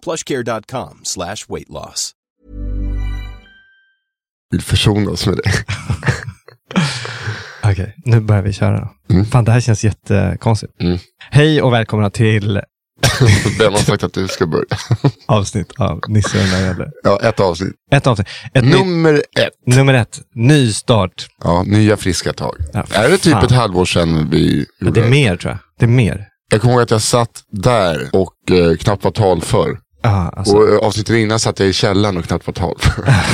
Plushcare.com slash weight loss. vill försona oss med dig. Okej, nu börjar vi köra. då. Mm. Fan, det här känns jättekonstigt. Mm. Hej och välkomna till Vem har sagt att du ska börja? avsnitt av Nisse och den där jävla- Ja, ett avsnitt. Ett avsnitt. Ett nytt- Nummer ett. nummer ett, ny start. Ja, nya friska tag. Ja, är det typ fan. ett halvår sedan vi Men gjorde det är mer tror jag. Det är mer. Jag kommer ihåg att jag satt där och eh, knappt var talför. Ja, alltså, Och eh, avsnittet innan satt jag i källaren och knappt var talför.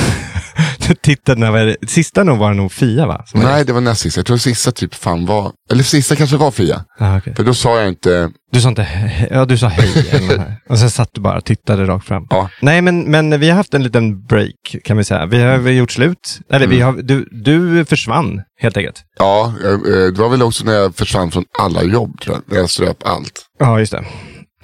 titta, när var det? Sista nog var det nog Fia va? Som var- Nej, det var näst sista. Jag tror sista typ fan var, eller sista kanske var Fia. Ja, Ah, okej. För då sa jag inte, Du sa inte he- ja, du sa hej. eller nåt här. och sen satt du bara och tittade rakt fram. Ja. Nej, men, men vi har haft en liten break kan vi säga. Vi har vi gjort slut. Eller vi har, Mm. du, du försvann helt enkelt. ja, eh, eh, det var väl också när jag försvann från alla jobb tror jag. När jag ströp allt. Ja, just det.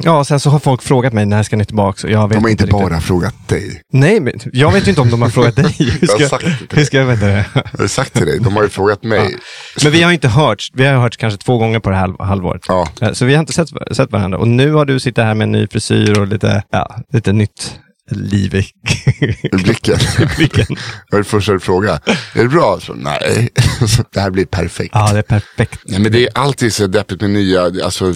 Ja, och sen så har folk frågat mig när ska ni tillbaka? Och jag vet De har inte riktigt. bara frågat dig. Nej, men jag vet ju inte om de har frågat dig. Hur Jag har ska, sagt det till hur ska jag veta det? Jag har sagt till dig, de har ju frågat mig. Men vi har ju inte hört. Vi har hört kanske två gånger på det här halv- halvåret. Ja. Eh, Så vi har inte sett, sett varandra. Och nu har du suttit här med en ny frisyr och lite, ja, lite nytt liv i Ur blicken. blicken. Det var det första du frågade. Är det bra? Så, nej, Så, det här blir perfekt. Ja, det är perfekt. Nej, men det är alltid så deppigt med nya, alltså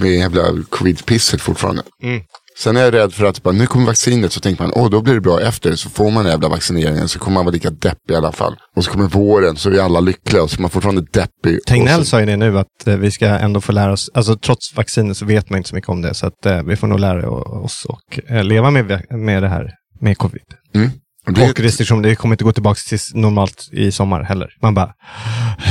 med jävla covid-pisset fortfarande. Mm. Sen är jag rädd för att bara, nu kommer vaccinet så tänker man, åh då blir det bra efter. Så får man den jävla vaccineringen så kommer man vara lika deppig i alla fall. Och så kommer våren så är vi alla lyckliga och så är man fortfarande deppig. Tegnell Och så, sa ju det nu att eh, vi ska ändå få lära oss, alltså trots vaccinet så vet man inte så mycket om det, så att eh, vi får nog lära o- oss och eh, leva med, va- med det här, med covid. mm. det, Och restriktioner, det kommer inte gå tillbaka till s- normalt i sommar heller. Man bara,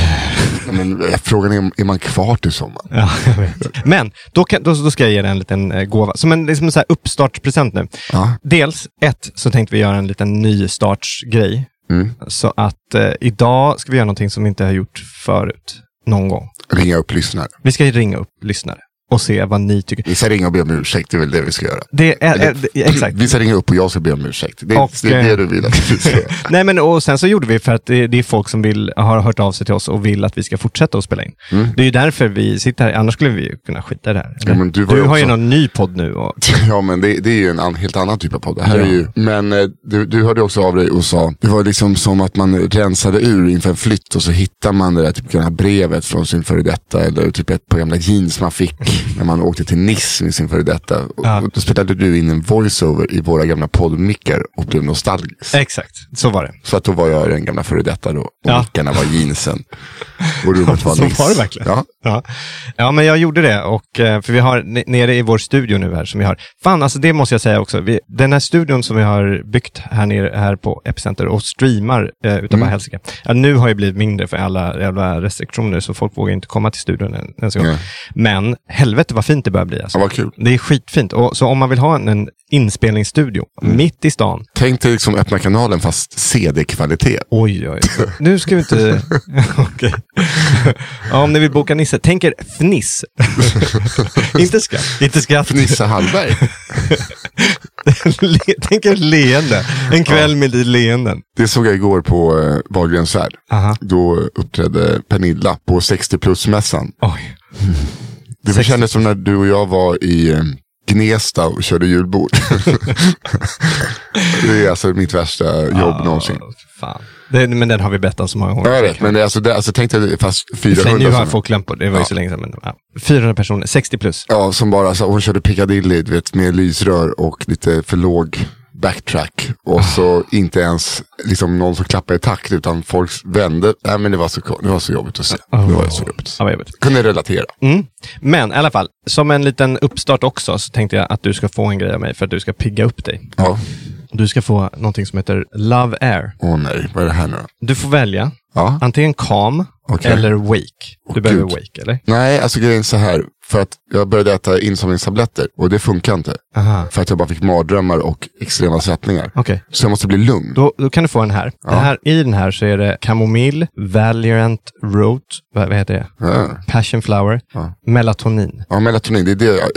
men, eh, frågan är, om- är man kvar till sommaren? ja, jag vet. Men, då, kan, då, då ska jag ge dig en liten eh, gåva, som en liksom en så här uppstartspresent nu. Ja. Dels, ett, så tänkte vi göra en liten nystartsgrej. Mm. Så att eh, idag ska vi göra någonting som vi inte har gjort förut, någon gång. Ringa upp lyssnare. Vi ska ringa upp lyssnare och se vad ni tycker. Vi ska ringa och be om ursäkt, det är väl det vi ska göra. Det är, Eller- eh, det- exakt. Vi ska ringa upp och jag ska be om ursäkt. Det, är- Och, det är det eh, du vill att vi ska göra. Nej, men och sen så gjorde vi för att det, det är folk som vill, har hört av sig till oss och vill att vi ska fortsätta att spela in. Det är ju därför vi sitter här, annars skulle vi ju kunna skita i det här. eller? Mm. Ja, men du var du ju har ju också- någon ny podd nu. Och, Ja men det, det är ju en an, helt annan typ av podd. Det här Ja. är ju, men eh, du, du hörde också av dig och sa, det var liksom som att man rensade ur inför en flytt och så hittar man det där typ, gamla brevet från sin före detta eller typ ett par gamla jeans man fick när man åkte till Nice med sin före detta. Och, Ja. och då spelade du in en voiceover i våra gamla poddmickar och blev nostalgisk. exakt, så var det. Så att då var jag den gamla före detta då och Ja. mickarna var jeansen. Och rummet var Så Nice. var det verkligen. Ja. Ja. ja, men jag gjorde det. Och, eh, för vi har n- nere i vår studio nu här som vi har. Fan, alltså det måste jag säga också. Vi, den här studion som vi har byggt här nere här på Epicenter och streamar eh, utanför Mm. helsike. Ja, nu har ju blivit mindre för alla jävla restriktioner så folk vågar inte komma till studion en- ens en gång. Nej. Men helvete vad fint det börjar bli. Alltså. Ja, vad kul. Det är skitfint. Och, så om man vill ha en, en inspelningsstudio Mm. mitt i stan. Tänk dig liksom öppna kanalen fast CD-kvalitet. Oj, oj, oj. Nu ska vi inte... Okej. Ja, om ni vill boka Nisse, tänk er fniss. inte skratt. Inte skratt. Nisse Hallberg. Le- tänk er leende. En kväll med leenden. Det såg jag igår på eh, Wahlgrens värld. Aha. Då uppträdde Pernilla på 60 plus-mässan. Oj. Det 60. kändes som när du och jag var i eh, Gnesta och körde julbord. det är alltså mitt värsta jobb Ah, någonsin. Ja, fan. Det, men den har vi berättat så många gånger. Jag vet, men det, är alltså, det, alltså, tänk dig fast Sen 400 nu har sådana. folk glömt på det. Det var ju Ja. så länge sedan. Men, ja. 400 personer, 60 plus. Ja, som bara, alltså, hon körde Piccadilly du vet, med lysrör och lite för låg backtrack och så inte ens liksom, någon som klappade i takt utan folk vände. Nej, men det var så, det var så jobbigt att se. Det var så jobbigt. Ja, vad jobbigt. Kunde relatera. Mm. Men i alla fall, som en liten uppstart också så tänkte jag att du ska få en grej av mig för att du ska pigga upp dig. Ja. Du ska få någonting som heter Love Air. Åh nej, vad är det här nu då? Du får välja Ja. antingen calm Okej. eller wake. Du Åh, behöver Gud. wake, eller? Nej, alltså grejen är så här. För att jag började äta insomningstabletter och det funkar inte. Aha. För att jag bara fick mardrömmar och extrema svettningar. Okej. Så jag måste bli lugn. Då, då kan du få den här. Den här. I den här så är det kamomill, Valiant Root, vad, vad heter det? Ja. Passion flower, melatonin. Ja, melatonin, det är det jag...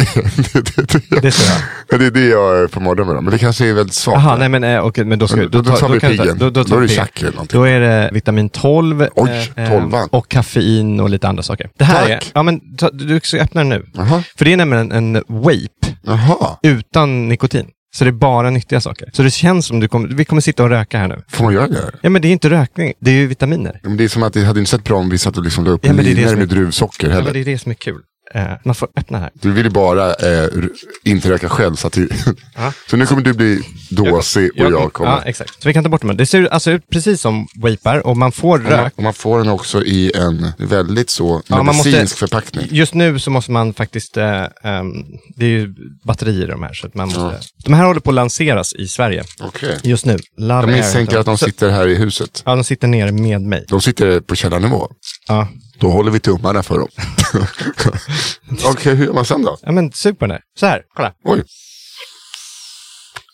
det, det, det, Det ser jag. Ja, det är det jag får mardrömmar om. Men det kanske är väldigt svagt. Jaha, nej men eh, okej, men då ska Men vi- då, då tar- tar vi kan du ta- piggen. Då, då, Då är det piggen. tjack eller någonting. Då är det vitamin 12. Oj, eh, eh, 12. Och kaffein och lite andra saker. Det här Tack. är, ja men ta, du ska öppna den nu. Jaha. För det är nämligen en, en vape Jaha, utan nikotin. Så det är bara nyttiga saker. Så det känns som du kommer, vi kommer sitta och röka här nu. får man göra det här? Ja men det är inte rökning, det är ju vitaminer. Men det är som att det hade inte sett bra om vi satt och liksom la upp Ja, men det är det linor som är- med druvsocker Ja, heller. men det är det som är kul. Eh, man får öppna här. Du vill ju bara eh, r- inte röka själv. Så, att det... så nu kommer du bli dåsig och jag Ja, kommer. exakt. Så vi kan ta bort dem. Det ser alltså ut precis som vapar och man får Och man, rök. och man får den också i en väldigt så Ja, man måste- medicinsk förpackning. Just nu så måste man faktiskt, eh, ehm, det är ju batterier i de här. Så att man måste, De här håller på att lanseras i Sverige Okej. just nu. Love Jag Air misstänker heter att de Så- sitter här i huset. Ja, de sitter nere med mig. De sitter på källarnivå. Ja. Då håller vi tummarna för dem. Okej, hur gör man sen då? ja, men sug på den här. Så här, kolla. Oj.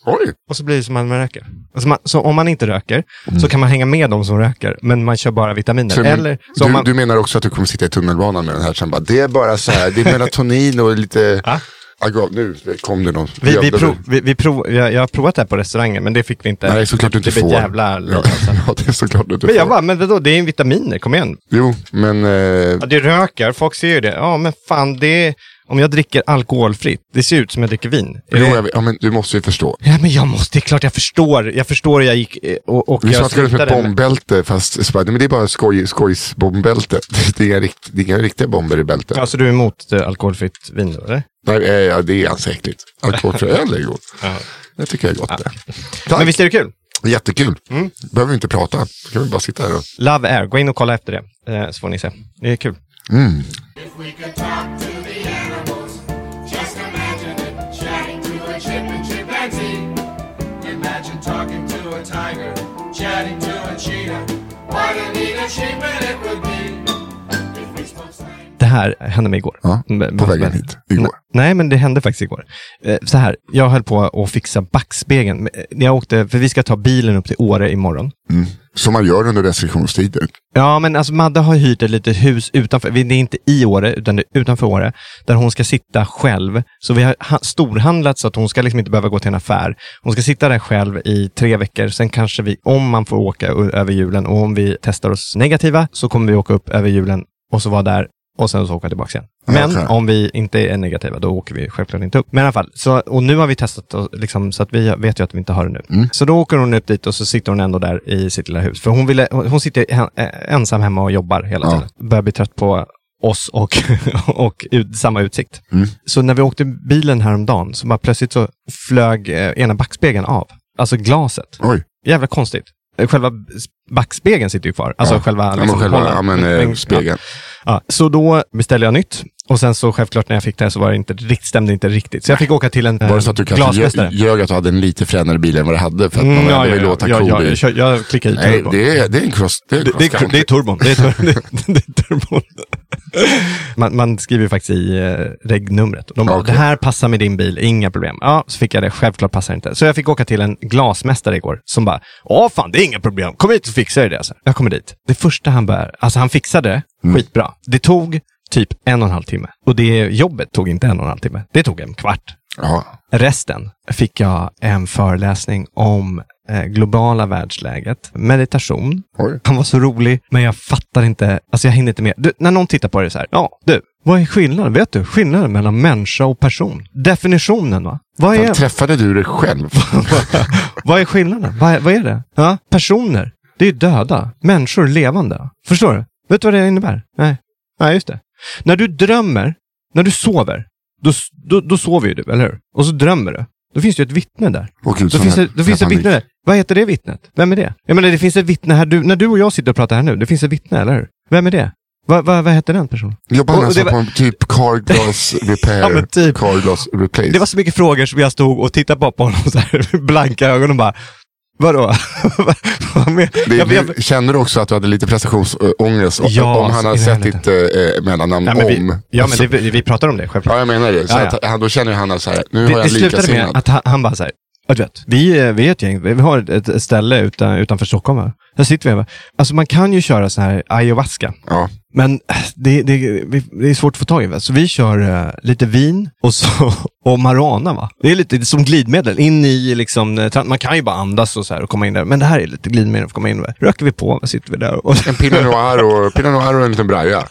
Oj. Och så blir det som när man röker. Alltså man, så om man inte röker så kan man hänga med de som röker, men man kör bara vitaminer. Mm. Så, men, Eller du, så om man... du menar också att du kommer sitta i tunnelbanan med den här sen bara, det är bara så här, det är melatonin och lite... Ja. Agro, nu kom det någon. Vi, vi Jävlar. prov, vi, vi prov, jag, jag har provat det här på restaurangen, men det fick vi inte. Nej, såklart du inte det får. Det jävla alltså. ja, ja, det är såklart du inte Men får. jag bara, men vadå, det är ju vitaminer, kom igen. Jo, men... Eh, Ja, det röker, folk ser ju det. Ja, men fan, det är, om jag dricker alkoholfritt, det ser ut som jag dricker vin. Är jo, det- jag, ja, men du måste ju förstå. Ja, men jag måste, det är klart jag förstår. Jag förstår hur jag gick eh, och, och Vi jag snackar om ett slutade, men- bombbälte, fast så bara, nej, men det är bara skoj, skojsbombbälte. Det är, inga rikt, det är inga riktiga bomber i bältet. Ja, så du är emot eh, alkoholfritt vin då, eller? Nej, eh, ja, det är alltså äckligt. Alkoholfri öl är gott. Det tycker jag är gott. det. Tack. Men visst är det kul? Jättekul. Mm. Behöver vi inte prata. Då kan vi bara sitta här och... Love Air, gå in och kolla efter det, eh, så får ni se. Det är kul. If we could talk to the animals, just imagine it, chatting to a chip and chimpanzee. Imagine talking to a tiger, chatting to a cheetah. What a neat achievement it would be if we spoke slang. Det här hände mig igår. Mm, Ja, Men- på men- vägen hit. Igår. Nej, men det hände faktiskt igår. Eh, Så här, jag höll på att fixa backspegeln. Men, eh, när Jag åkte, för vi ska ta bilen upp till Åre imorgon. Som man gör under restriktionstider. Ja, men alltså Madde har hyrt ett litet hus utanför, det är inte i Åre, utan det är utanför Åre, där hon ska sitta själv. Så vi har ha- storhandlat så att hon ska liksom inte behöva gå till en affär. Hon ska sitta där själv i tre veckor, sen kanske vi, om man får åka ö- över julen och om vi testar oss negativa så kommer vi åka upp över julen och så vara där och sen så åka tillbaka igen. Men Okej. om vi inte är negativa, då åker vi självklart inte upp. Men i alla fall, så, och nu har vi testat och liksom, så att vi vet ju att vi inte har det nu. Mm. Så då åker hon upp dit och så sitter hon ändå där i sitt lilla hus. För hon, ville, hon hon sitter he- eh, ensam hemma och jobbar hela Ja. tiden. Börjar bli trött på oss och, och ut, samma utsikt. Mm. Så när vi åkte bilen häromdagen så bara plötsligt så flög eh, ena backspegeln av. Alltså glaset. Oj. Jävla konstigt. Eh, Själva backspegeln sitter ju kvar. Alltså Ja. själva... Ja, men liksom, själva hållaren. ja, men, eh, Men- ja. spegeln. Ja, så då beställde jag nytt. Och sen så självklart när jag fick det här så var det inte, rikt- stämde inte riktigt. Så jag fick åka till en eh, Var det så att du kanske Mm, ljög- glasmästare. ljög att du hade en lite fränare bil än vad du hade för att man Mm, ändå vill låta cool jag, i? jag, jag, jag klickar i Nej, turbo. det är, det är en cross. Det är, en Det, det, är, cross det är turbon. Det är, tur, det, det är turbon. Man, man skriver ju faktiskt i eh, regnumret. De bara, Okej. det här passar med din bil, inga problem. Ja, så fick jag det. Självklart passar det inte. Så jag fick åka till en glasmästare igår som bara, ja fan det är inga problem. Kom hit och fixa det. Alltså. Jag kommer dit. Det första han bär, alltså han fixade det skitbra. Det tog typ en och en halv timme. Och det jobbet tog inte en och en halv timme. Det tog en kvart. ja. Resten fick jag en föreläsning om eh, globala världsläget, meditation. Oj. Han var så rolig, men jag fattar inte. Alltså jag hinner inte med. Du, när någon tittar på det så här. Ja, du. Vad är skillnaden? Vet du? Skillnaden mellan människa och person. Definitionen va? Vad Men är, Träffade du dig själv? vad är skillnaden? Vad är, vad är det? Ja? Personer, det är ju döda. Människor är levande. Förstår du? Vet du vad det innebär? Nej. Nej, just det. När du drömmer, när du sover, då, s- då, då sover ju du, eller hur? Och så drömmer du. Då finns det ju ett vittne där. Och Då sån finns, här det, då finns det ett panik. vittne där. Vad heter det vittnet? Vem är det? Jag menar, det finns ett vittne här. Du, när du och jag sitter och pratar här nu, det finns ett vittne, eller hur? Vem är det? Va, va, vad heter den personen? Jobbar han Och- och alltså det på en typ car glass repair? Ja, men typ. Car glass replace? Det var så mycket frågor som jag stod och tittade på, på honom så här, med blanka ögon och bara, vadå? vad men, Det- jag, jag, det- Kände du också att du hade lite prestationsångest? Och- Ja, om han så hade in i sett helvete. ditt eh, mellannamn nej, men om. Alltså- vi, ja, Så- men det, vi pratar om det, självklart. ja, jag menar det. Så Ja, ja. Att, han- då känner ju han så här, nu har det, jag det slutade med likasinnad. att han, han bara så här, ja, du vet, vi, är- vi är ett gäng, vi har ett, ett ställe utan, utanför Stockholm här. Där sitter vi här. va. Alltså man kan ju köra så här ayahuasca. Ja. Men äh, det, det, vi- det är svårt att få tag i. Va? Så vi kör eh, lite vin och, så, och Marana. Va? Det är lite som glidmedel. In i liksom, eh, tran- man kan ju bara andas och, så här och komma in där. Men det här är lite glidmedel för att komma in. Va? Röker vi på, va? sitter vi där. Och, En Pinot Noir och, Pinot Noir och en liten braja.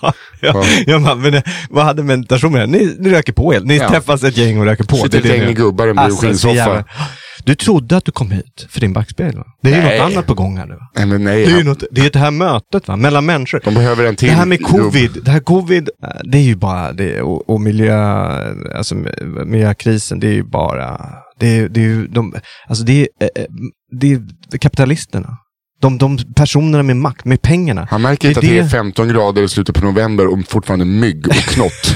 ja, jag bara, men, eh, vad hade meditation med det? Ni, ni röker på er. Ni Ja. träffas ett gäng och röker på. Sitter ett Det är det gäng ni- gubbar i en Alltså, så skinnsoffa. jävla- Du trodde att du kom hit för din backspegel va? Det är ju Nej. något annat på gång här nu va? Nej, men Det är ju nej. något, det är det här mötet va, mellan människor. De behöver en till. Det här med gubb. covid, det här covid, eh, det är ju bara, det, och, och miljö, alltså mi- miljökrisen, det är ju bara, det är, det är ju de, alltså det är, eh, eh, det är kapitalisterna. De, de personerna med makt, med pengarna. Han märker inte att det är 15 grader i slutet på november och fortfarande mygg och knott.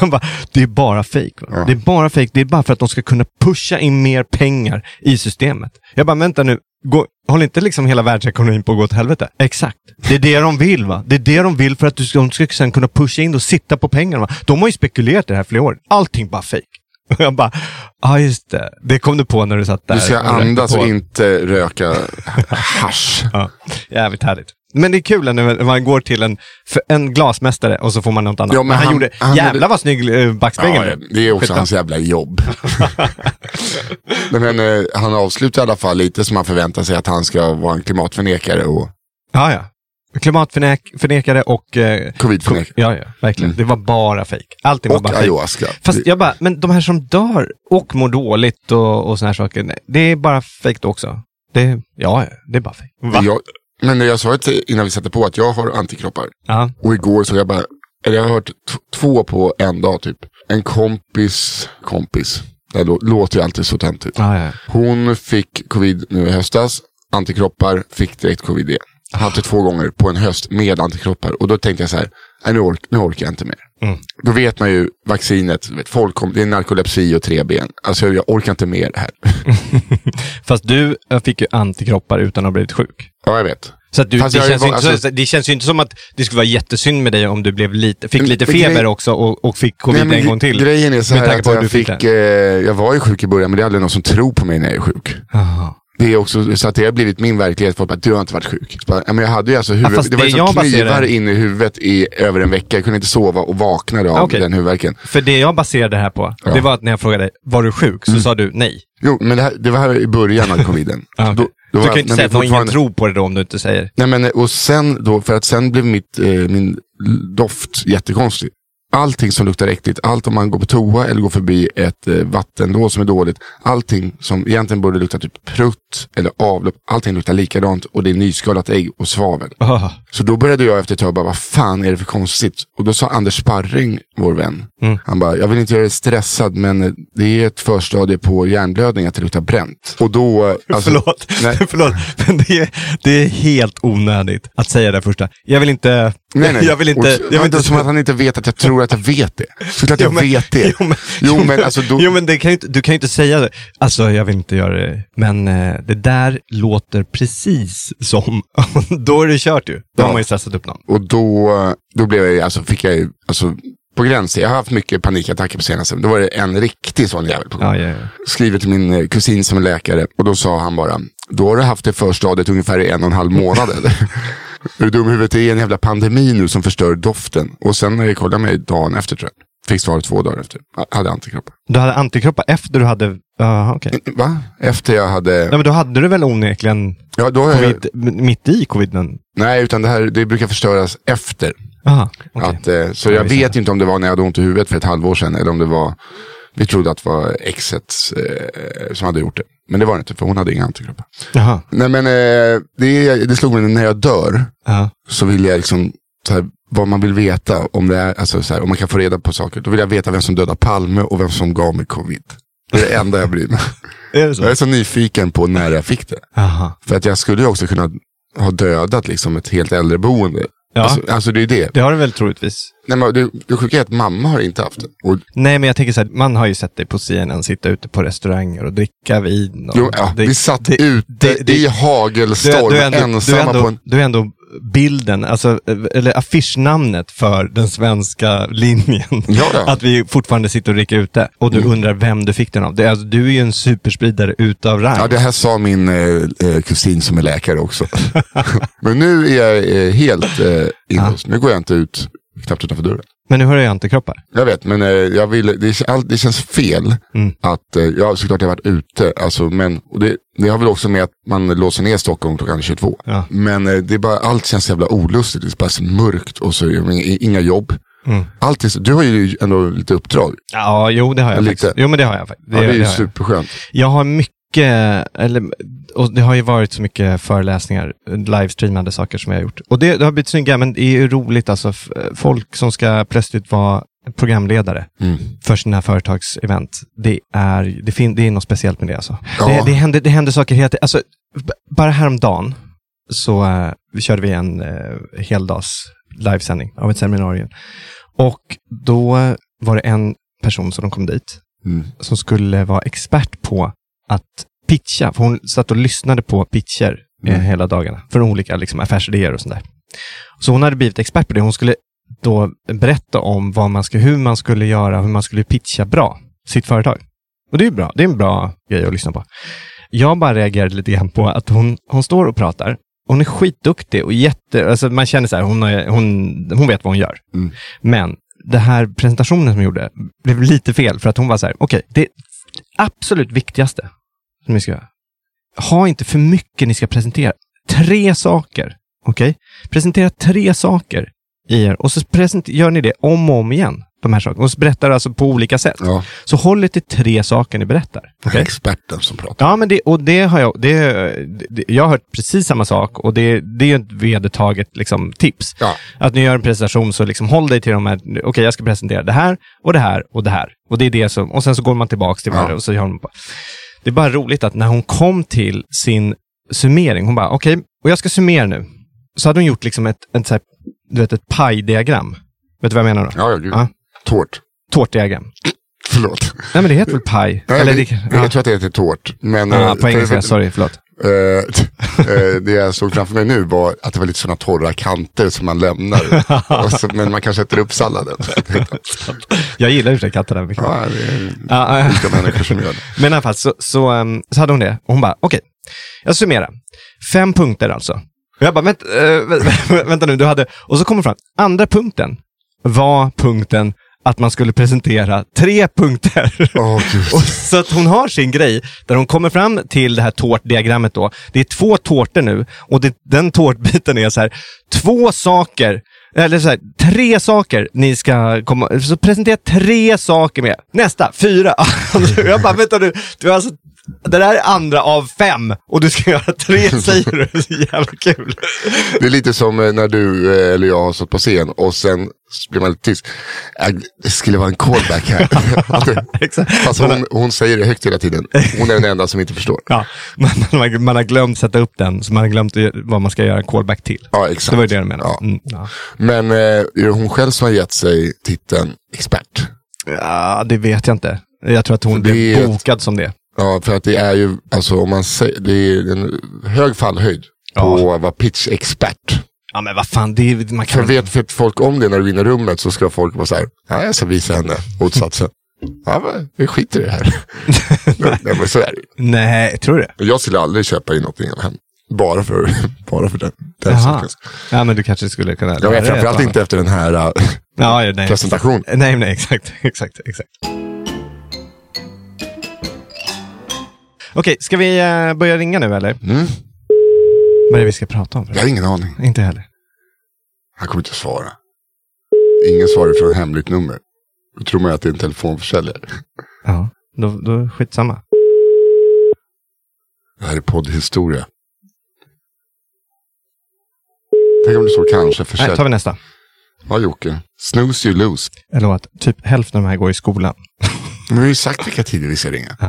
Man bara, det är bara fejk. va? Ja. Det är bara fejk. Det är bara för att de ska kunna pusha in mer pengar i systemet. Jag bara, vänta nu. Gå, håller inte liksom hela världsekonomin på att gå åt helvete? Exakt. Det är det de vill va? Det är det de vill för att du ska, de ska sen kunna pusha in och sitta på pengarna. Va? De har ju spekulerat i det här flera år. Allting bara fejk. Och jag bara, ja ah, just det. Det kom du på när du satt där. Du ska och rökte andas på. och inte röka hasch. Ja, jävligt härligt. Men det är kul när man går till en, för- en glasmästare och så får man något annat. Ja, men men han, han- gjorde, han jävlar hade- vad snygg eh, backspegel. Ja, det är också Skitsamma. hans jävla jobb. Men eh, han avslutar i alla fall lite som man förväntar sig att han ska vara en klimatförnekare och Ja, ja. Klimatförnekare och... Eh, covidförnekare. ja, ja, verkligen. Det var bara fejk. Allting Mm. var Och bara fejk. ayahuasca. Fast jag bara, men de här som dör och mår dåligt och, och såna här saker, nej, det är bara fejk också. Det, ja, ja, det är bara fejk. Det- jag, men jag sa ju till- innan vi satte på att jag har antikroppar. Ja. Och igår så jag bara, eller jag har hört t- två på en dag typ. En kompis, kompis. Det här lå- låter ju alltid så töntigt. Ja, ja. Hon fick covid nu i höstas, antikroppar, fick direkt covid igen. Jag har haft det två gånger på en höst med antikroppar och då tänkte jag så här, "Nej, nu, ork- nu orkar jag inte mer. Mm. Då vet man ju vaccinet, du vet, folk kom, det är narkolepsi och tre ben. Alltså jag orkar inte mer här. Mm. Fast du eh, fick ju antikroppar utan att ha blivit sjuk. ja, jag vet. Så att du, det, Fast jag har ju känns ju va- inte, så- alltså- det känns ju inte som att det skulle vara jättesynd med dig om du blev lite, fick Men- lite Mm, men feber grej- också och, och fick covid Nej, men en gre- gång till. Grejen är så Med här tanke att på hur jag, du fick, fick eh, jag var ju sjuk i början men det är aldrig någon som tror på mig när jag är sjuk. Jaha. Det är också så att det har blivit min verklighet. Folk bara, du har inte varit sjuk. Så Bara, ja, men jag hade ju alltså huvud... fast det var det ju jag som baserar- knivar in i huvudet i över en vecka. Jag kunde inte sova och vaknade av Ah, Okej. den huvudvärken. För det jag baserade det här på, det var att när jag frågade dig, var du sjuk? Så Mm. sa du nej. Jo, men det, här, det var här i början av coviden. Ja, Då- Ah, okej. då du var- kan ju inte men säga vi att någon ingen fortfarande- tror på det då om du inte säger. Nej, men och sen då, för att sen blev mitt, eh, min doft jättekonstig. Allting som luktar äckligt, allt om man går på toa eller går förbi ett eh, vattendål som är dåligt. Allting som egentligen borde lukta typ prutt eller avlopp, allting luktar likadant och det är nyskalat ägg och svavel. Ah, Så då började jag efter ett tag bara, vad fan är det för konstigt? Och då sa Anders Sparring, vår vän, han bara, jag vill inte göra dig stressad men eh, det är ett förstadie på hjärnblödning att det luktar bränt. Och då... eh, Alltså, förlåt, Nej, förlåt. Men det är, det är helt onödigt att säga det första. Jag vill inte... nej, nej. Jag vill Och, inte... jag Jag vill inte som att han inte vet att jag tror att jag vet det. Såklart jag vet det. Jo men, Jo, men alltså då... jo, men det kan ju inte, du kan ju inte säga det. Alltså jag vill inte göra det. Men eh, det där låter precis som... då är det kört ju. Då har man ju stressat upp någon. Och då, då blev jag, ju- alltså, fick jag ju, alltså, på gränsen. Jag har haft mycket panikattacker på senaste. men Då var det en riktig sån jävel på gång. Ja, ja, ja. skriver till min eh, kusin som är läkare och då sa han bara, då har du haft det förstadiet ungefär i en och en halv månad eller? Är du dum i huvudet? Det är en jävla pandemi nu som förstör doften. Och sen när jag kollade mig dagen efter tror jag. Fick svaret två dagar efter. Jag Hade antikroppar. Du hade antikroppar efter du hade... Jaha, okej. Va? Efter jag hade... Nej, men då hade du väl onekligen Ja, då har jag... covid, m- mitt i coviden? Nej, utan det här det brukar förstöras efter. Jaha, okej. Att, eh, så Ja, jag visst. vet inte om det var när jag hade ont i huvudet för ett halvår sedan. Eller om det var... Vi trodde att det var exet eh, som hade gjort det. Men det var det inte, för hon hade inga antikroppar. Jaha. Nej men eh, det, det slog mig när jag dör. Ja. så vill jag liksom, så här, vad man vill veta om det är, alltså så här, om man kan få reda på saker. Då vill jag veta vem som dödade Palme och vem som gav mig covid. Det är det enda jag bryr mig Är det Jag är så nyfiken på när jag fick det. Aha. För att jag skulle ju också kunna ha dödat liksom ett helt äldreboende. Ja. Alltså, alltså det är ju det. Det har du väl troligtvis? Nej, men det, det sjuka är att mamma har inte haft det. Och, Nej, men jag tänker så här, man har ju sett dig på CNN sitta ute på restauranger och dricka vin. Och jo, ja, vi satt ute i hagelstorm är ändå- ensamma du är ändå, på en... Du är ändå bilden, alltså, eller affischnamnet för den svenska linjen. Ja, Mm. ja. Att vi fortfarande sitter och dricker ute och du undrar vem du fick den av. Det, är alltså, du är ju en superspridare utav rang. Ja, det här sa min eh, eh, kusin som är läkare också. men nu är jag eh, helt eh, inlåst. Nu går jag inte ut, knappt utanför dörren. Men nu har du ju antikroppar. Jag vet, men eh, jag vill, det, kän- allt- det känns fel Mm. att, eh, ja såklart jag har varit ute, alltså, men och det, det har väl också med att man låser ner Stockholm klockan 22. Ja. Men eh, det är bara, allt känns så jävla olustigt, det är bara så mörkt och så är det inga- inga jobb. Mm. Allt är, så- du har ju ändå lite uppdrag, Ja, jo det har jag Lite. faktiskt. Jo men det har jag faktiskt. det, ja, det är ju har jag. superskönt. Jag har mycket, eller, och det har ju varit så mycket föreläsningar, livestreamade saker som jag har gjort. Och det, det har blivit snyggare, men det är ju roligt alltså. F- Folk som ska plötsligt vara programledare för sina företagsevent. Det är, det fin- det är något speciellt med det alltså. Ja. Det, det, händer, det händer saker hela tiden. Alltså, b- bara häromdagen så eh, körde vi en eh, heldags livesändning av ett seminarium. Och då var det en person som kom dit Mm. som skulle vara expert på att pitcha. För hon satt och lyssnade på pitcher eh, Mm. hela dagarna. Från olika liksom, affärsidéer och sånt där. Så hon hade blivit expert på det. Hon skulle då berätta om vad man ska, hur man skulle göra, hur man skulle pitcha bra sitt företag. Och det är ju bra. Det är en bra grej att lyssna på. Jag bara reagerade lite grann på att hon, hon står och pratar. Hon är skitduktig och jätte... Alltså man känner så här, hon, är, hon, hon vet vad hon gör. Men det här presentationen som jag gjorde blev lite fel för att hon var så här, okej, det absolut viktigaste som ni ska göra. Ha inte för mycket ni ska presentera. Tre saker, okej? Presentera tre saker i er och så present- gör ni det om och om igen. De här sakerna. Och så berättar alltså på olika sätt. Ja. Så håll er till tre saker ni berättar. okej? Experten som pratar. Ja, men det, och det har jag, det, det, jag har hört precis samma sak och det, det är ju ett vedertaget liksom, tips. Ja. Att ni gör en presentation så liksom, håll dig till de här, okej jag ska presentera det här och det här och det här. Och det är det som, och sen så går man tillbaka till varje och så gör man bara. Det är bara roligt att när hon kom till sin summering, hon bara okej, och jag ska summera nu. Så hade hon gjort liksom ett, ett, så här, du vet, ett pajdiagram. Vet du vad jag menar då? Ja, ja, gud. Ja. Tårt. Tårtdiagram. Förlåt. Nej men det heter väl paj? Nej, Eller det, det, Jag tror att det heter tårt. Men, ja, eh, ah, på engelska, sorry, förlåt. Eh, eh, det jag såg framför mig nu var att det var lite sådana torra kanter som man lämnar. Och så, men man kanske äter upp salladen. Jag gillar ju för sig katter där mycket. ja, det är Ja, ja. olika människor som gör det. Men i alla fall så, så, ehm, så hade hon det. Och hon bara, okej, jag summerar. Fem punkter alltså. Och jag bara, vänta, äh, vänta nu, du hade... Och så kommer hon fram, andra punkten var punkten att man skulle presentera tre punkter. Åh, gud. Och så att hon har sin grej där hon kommer fram till det här tårtdiagrammet då. Det är två tårtor nu och det, den tårtbiten är så här, två saker, eller så här, tre saker ni ska komma, så presentera tre saker med. Nästa, fyra. Jag bara, vänta nu, du har alltså det där är andra av fem och du ska göra tre, säger du. Det är Så jävla kul. Det är lite som eh, när du eh, eller jag har stått på scen och sen blir man lite tyst. Äh, Det skulle vara en callback här. Exakt. Fast hon, hon säger det högt hela tiden. Hon är den enda som inte förstår. Ja, man, man, man har glömt sätta upp den, så man har glömt vad man ska göra en callback till. Ja, exakt. Det var ju det du menade. Ja. Mm, ja. Men eh, är det hon själv som har gett sig titeln expert? Ja, det vet jag inte. Jag tror att hon Det är blev ett- bokad som det. Ja, för att det är ju, alltså om man säger, det är en hög fallhöjd på Ja. att vara pitch-expert. Ja, men vad fan, det är, man För kan... vet vet folk om det när du är inne i rummet så ska folk vara så här, ja, jag ska visa henne motsatsen. Ja, men vi skiter i det här. Nej, men så är det ju. Nej, tror du det? Jag skulle aldrig köpa in någonting av henne. Bara för, bara för den, den Jaha. saken. Ja, men du kanske skulle kunna... Ja, lära men dig framförallt ett inte efter den här äh, annat. Ja, ja, nej. presentationen. Nej, nej, exakt. Exakt, exakt. Okej, ska vi eh, börja ringa nu eller? Mm. Vad är det vi ska prata om? Jag har ingen aning. Inte heller. Han kommer inte att svara. Ingen svarar från hemligt nummer. Då tror man ju att det är en telefonförsäljare. Ja, då, då skitsamma. Det här är poddhistoria. Tänk om det står kanske Nej, Äh, tar försäljare. vi nästa. Ja, Jocke. Snooze you lose. Jag lovar att typ hälften av de här går i skolan. Men vi har ju sagt vilka tider vi ska ringa. Ja.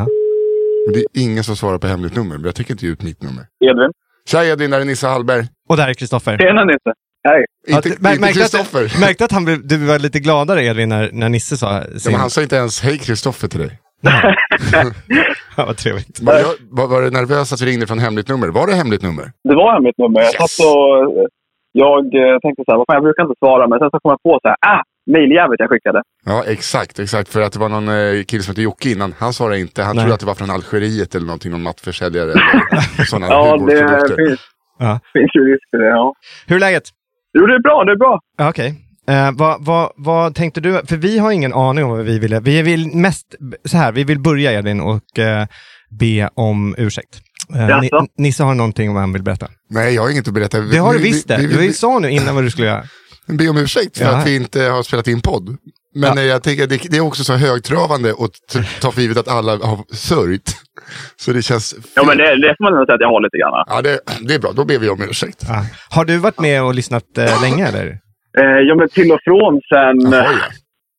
Men det är ingen som svarar på hemligt nummer. Men jag tänker inte ge ut mitt nummer. Edvin. Tja Edvin, det här är Nisse Hallberg. Och där är Kristoffer. Tjena Nisse. Hej. Inte Ja, mär- inte märkte att- Kristoffer. Märkte att han blev, du var lite gladare Edvin när, när Nisse sa Ja, sin... men han sa inte ens hej Kristoffer till dig. Ja, vad trevligt. Var, jag, var, var du nervös att vi ringde från hemligt nummer? Var det hemligt nummer? Det var mitt nummer. Jag Yes. satt och... eh, Jag eh, tänkte så här, vad fan, jag brukar inte svara, men sen så kom jag på så här, ah, mejljävlet jag skickade. Ja, exakt. exakt. För att det var någon eh, kille som hette Jocke innan. Han svarade inte. Han Nej. trodde att det var från Algeriet eller någonting. Någon mattförsäljare eller sådana Ja, det humorprodukter. finns, Ja. finns ju risk för det. Ja. Hur är läget? Jo, det är bra, det är bra. Ja, Okej. Eh, vad, vad, vad tänkte du? För vi har ingen aning om vad vi ville. Vi vill mest, så här, vi vill börja Edvin och eh, be om ursäkt. Eh, Jaså? Ni- Nisse har någonting om vad han vill berätta. Nej, jag har inget att berätta. Vi- Det har du vi- visst det. vi- vi- Du sa nu innan vad du skulle göra. vi- Be om ursäkt för Ja. att vi inte har spelat in podd. Men eh, jag tänker att det, det är också så högtravande att t- ta för givet att alla har sörjt. Så det känns... Ja, men det, det får man ändå säga att jag har lite grann. Ja, det, det är bra. Då ber vi om ursäkt. Ja. Har du varit med och lyssnat eh, länge eller? Eh, ja, men till och från sen... Jaha, eh, ja.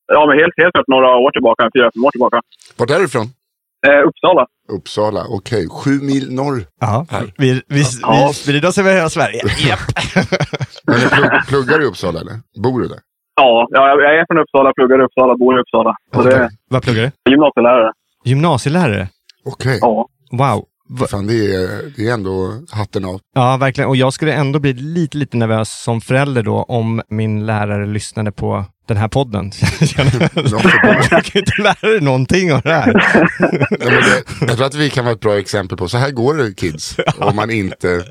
Ja, men helt, helt klart några år tillbaka, fyra, fem år tillbaka. Vart är du ifrån? Eh, Uppsala. Uppsala, okej. Sju mil norr. Ja. Vi, vi, vi, Ja. sprider oss över hela Sverige. Men plugg, pluggar du i Uppsala eller? Bor du där? Ja, ja, jag jag är från Uppsala, pluggar i Uppsala, bor i Uppsala. Så det är vad pluggar du? gymnasielärare. Gymnasielärare? Okej. Ja. Wow. Va- Fan, det är, det är ändå hatten av. Ja, verkligen. Och jag skulle ändå bli lite, lite nervös som förälder då om min lärare lyssnade på den här podden. jag kan inte lära dig någonting av det här. Nej, men det, jag tror att vi kan vara ett bra exempel på så här går det kids om man inte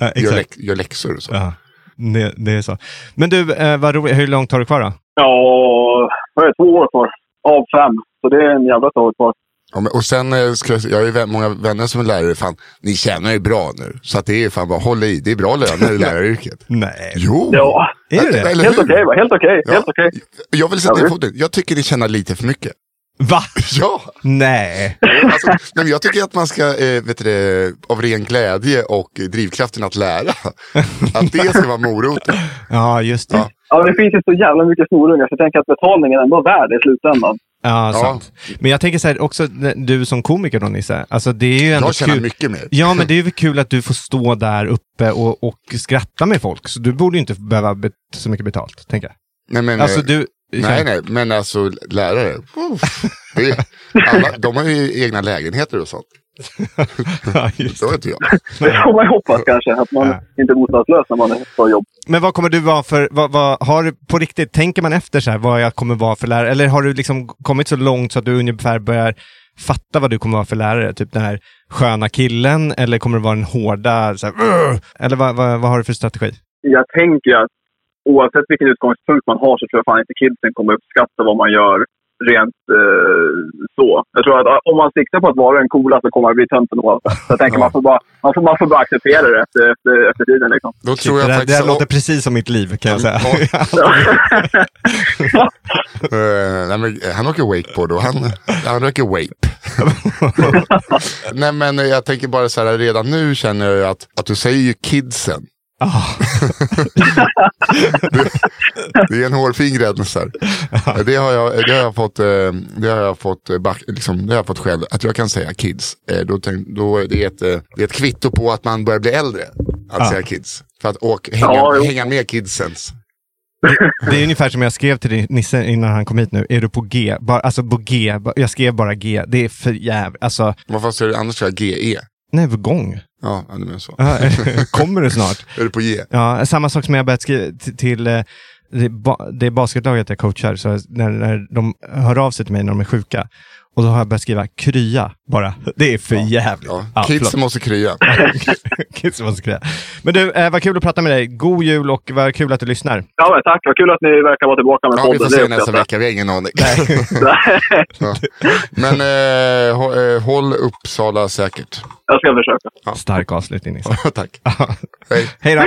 Ja, gör, exakt. läx, gör läxor. Och så. Ja, det, det är så. Men du, eh, vad roligt. Hur långt har du kvar då? Ja, vad är det, två år kvar av fem. Så det är en jävla två år kvar. Ja, men, och sen, eh, ska jag, säga- jag har ju vä- många vänner som är lärare, fan, ni tjänar ju bra nu. Så att det är fan bara håll i, det är bra löner i läraryrket. Nej. Jo, Ja, Är det Eller- det? eller helt hur? okej va? Helt okej. Ja. Helt okej. Jag vill sätta Ja, ner visst. foten, jag tycker ni tjänar lite för mycket. Va? Ja, Nej. alltså, nej, men jag tycker att man ska, eh, vet du, det, av ren glädje och eh, drivkraften att lära, att det ska vara moroten. Ja, just det. Ja, Ja, Ja. men det finns ju så jävla mycket snorungar så jag tänker att betalningen ändå är värd i slutändan. sant. Men jag tänker så här också, n- du som komiker då Nisse. Alltså det är ju ändå Jag tjänar kul. mycket mer. Ja, men det är ju kul att du får stå där uppe och, och skratta med folk. Så du borde ju inte behöva bet- så mycket betalt, tänker jag. Nej, men, Alltså eh, du... Nej, nej, men alltså lärare. Uff, det är, alla, de har ju egna lägenheter och sånt. Ja, just Det har det. inte jag. Det får man ju hoppas kanske, att man Ja. inte är bostadslös när man får jobb. Men vad kommer du vara för, vad, vad, har du på riktigt, tänker man efter så här vad jag kommer vara för lärare? Eller har du liksom kommit så långt så att du ungefär börjar fatta vad du kommer vara för lärare? Typ den här sköna killen eller kommer det vara den hårda, så här, "Ugh!" eller vad, vad, vad har du för strategi? Jag tänker att oavsett vilken utgångspunkt man har så tror jag fan inte kidsen kommer uppskatta vad man gör rent eh, så. Jag tror att eh, om man siktar på att vara den coola så kommer man bli tönten oavsett. Så jag tänker Ja. man, får bara, man, får, man får bara acceptera det efter, efter, efter tiden liksom. Då Shit, tror Typ, det jag där, det faktiskt... där låter precis som mitt liv kan jag säga. Eh, nej, men, eh, han åker wakeboard och han, han röker vape. nej, men eh, jag tänker bara så här, redan nu känner jag ju att, att du säger ju kidsen. Ah, Det är en hårfin gräns där. Eh, Det har jag, det har jag fått, eh, det har jag fått, eh, back, liksom, det har jag fått själv, att jag kan säga kids. Eh, Då tänk, då är det, ett, eh, det är ett kvitto på att man börjar bli äldre, att Ja. säga kids. För att åka, hänga, Ja, jo. hänga med kidsens. det är ungefär som jag skrev till din- Nisse innan han kom hit nu. Är du på G? Bara, alltså på G. Bara- Jag skrev bara G. Det är för jävligt. Alltså, Vad fan säger du annars? tror jag GE. nej, för gång. Ja, ja, du menar så. Ja, Kommer du snart? Är du på G? Ja, samma sak som jag börjat skriva t- till eh, det, ba- det basketlaget jag coachar. Så när, när de hör av sig till mig när de är sjuka. Och då har jag börjat skriva krya bara. Det är för jävligt. Ja. Ja, Kidsen förlåt. måste krya. Kids måste krya. Men du, eh, vad kul att prata med dig. God jul och vad kul att du lyssnar. Ja, men tack. Vad kul att ni verkar vara tillbaka med Ja, vi får se nästa vecka, vi har ingen aning. vecka. Ja. Men eh, hå- eh, håll Uppsala säkert. jag ska försöka. Stark avslutning Nisse. Tack. Ja. Hej. Hej då.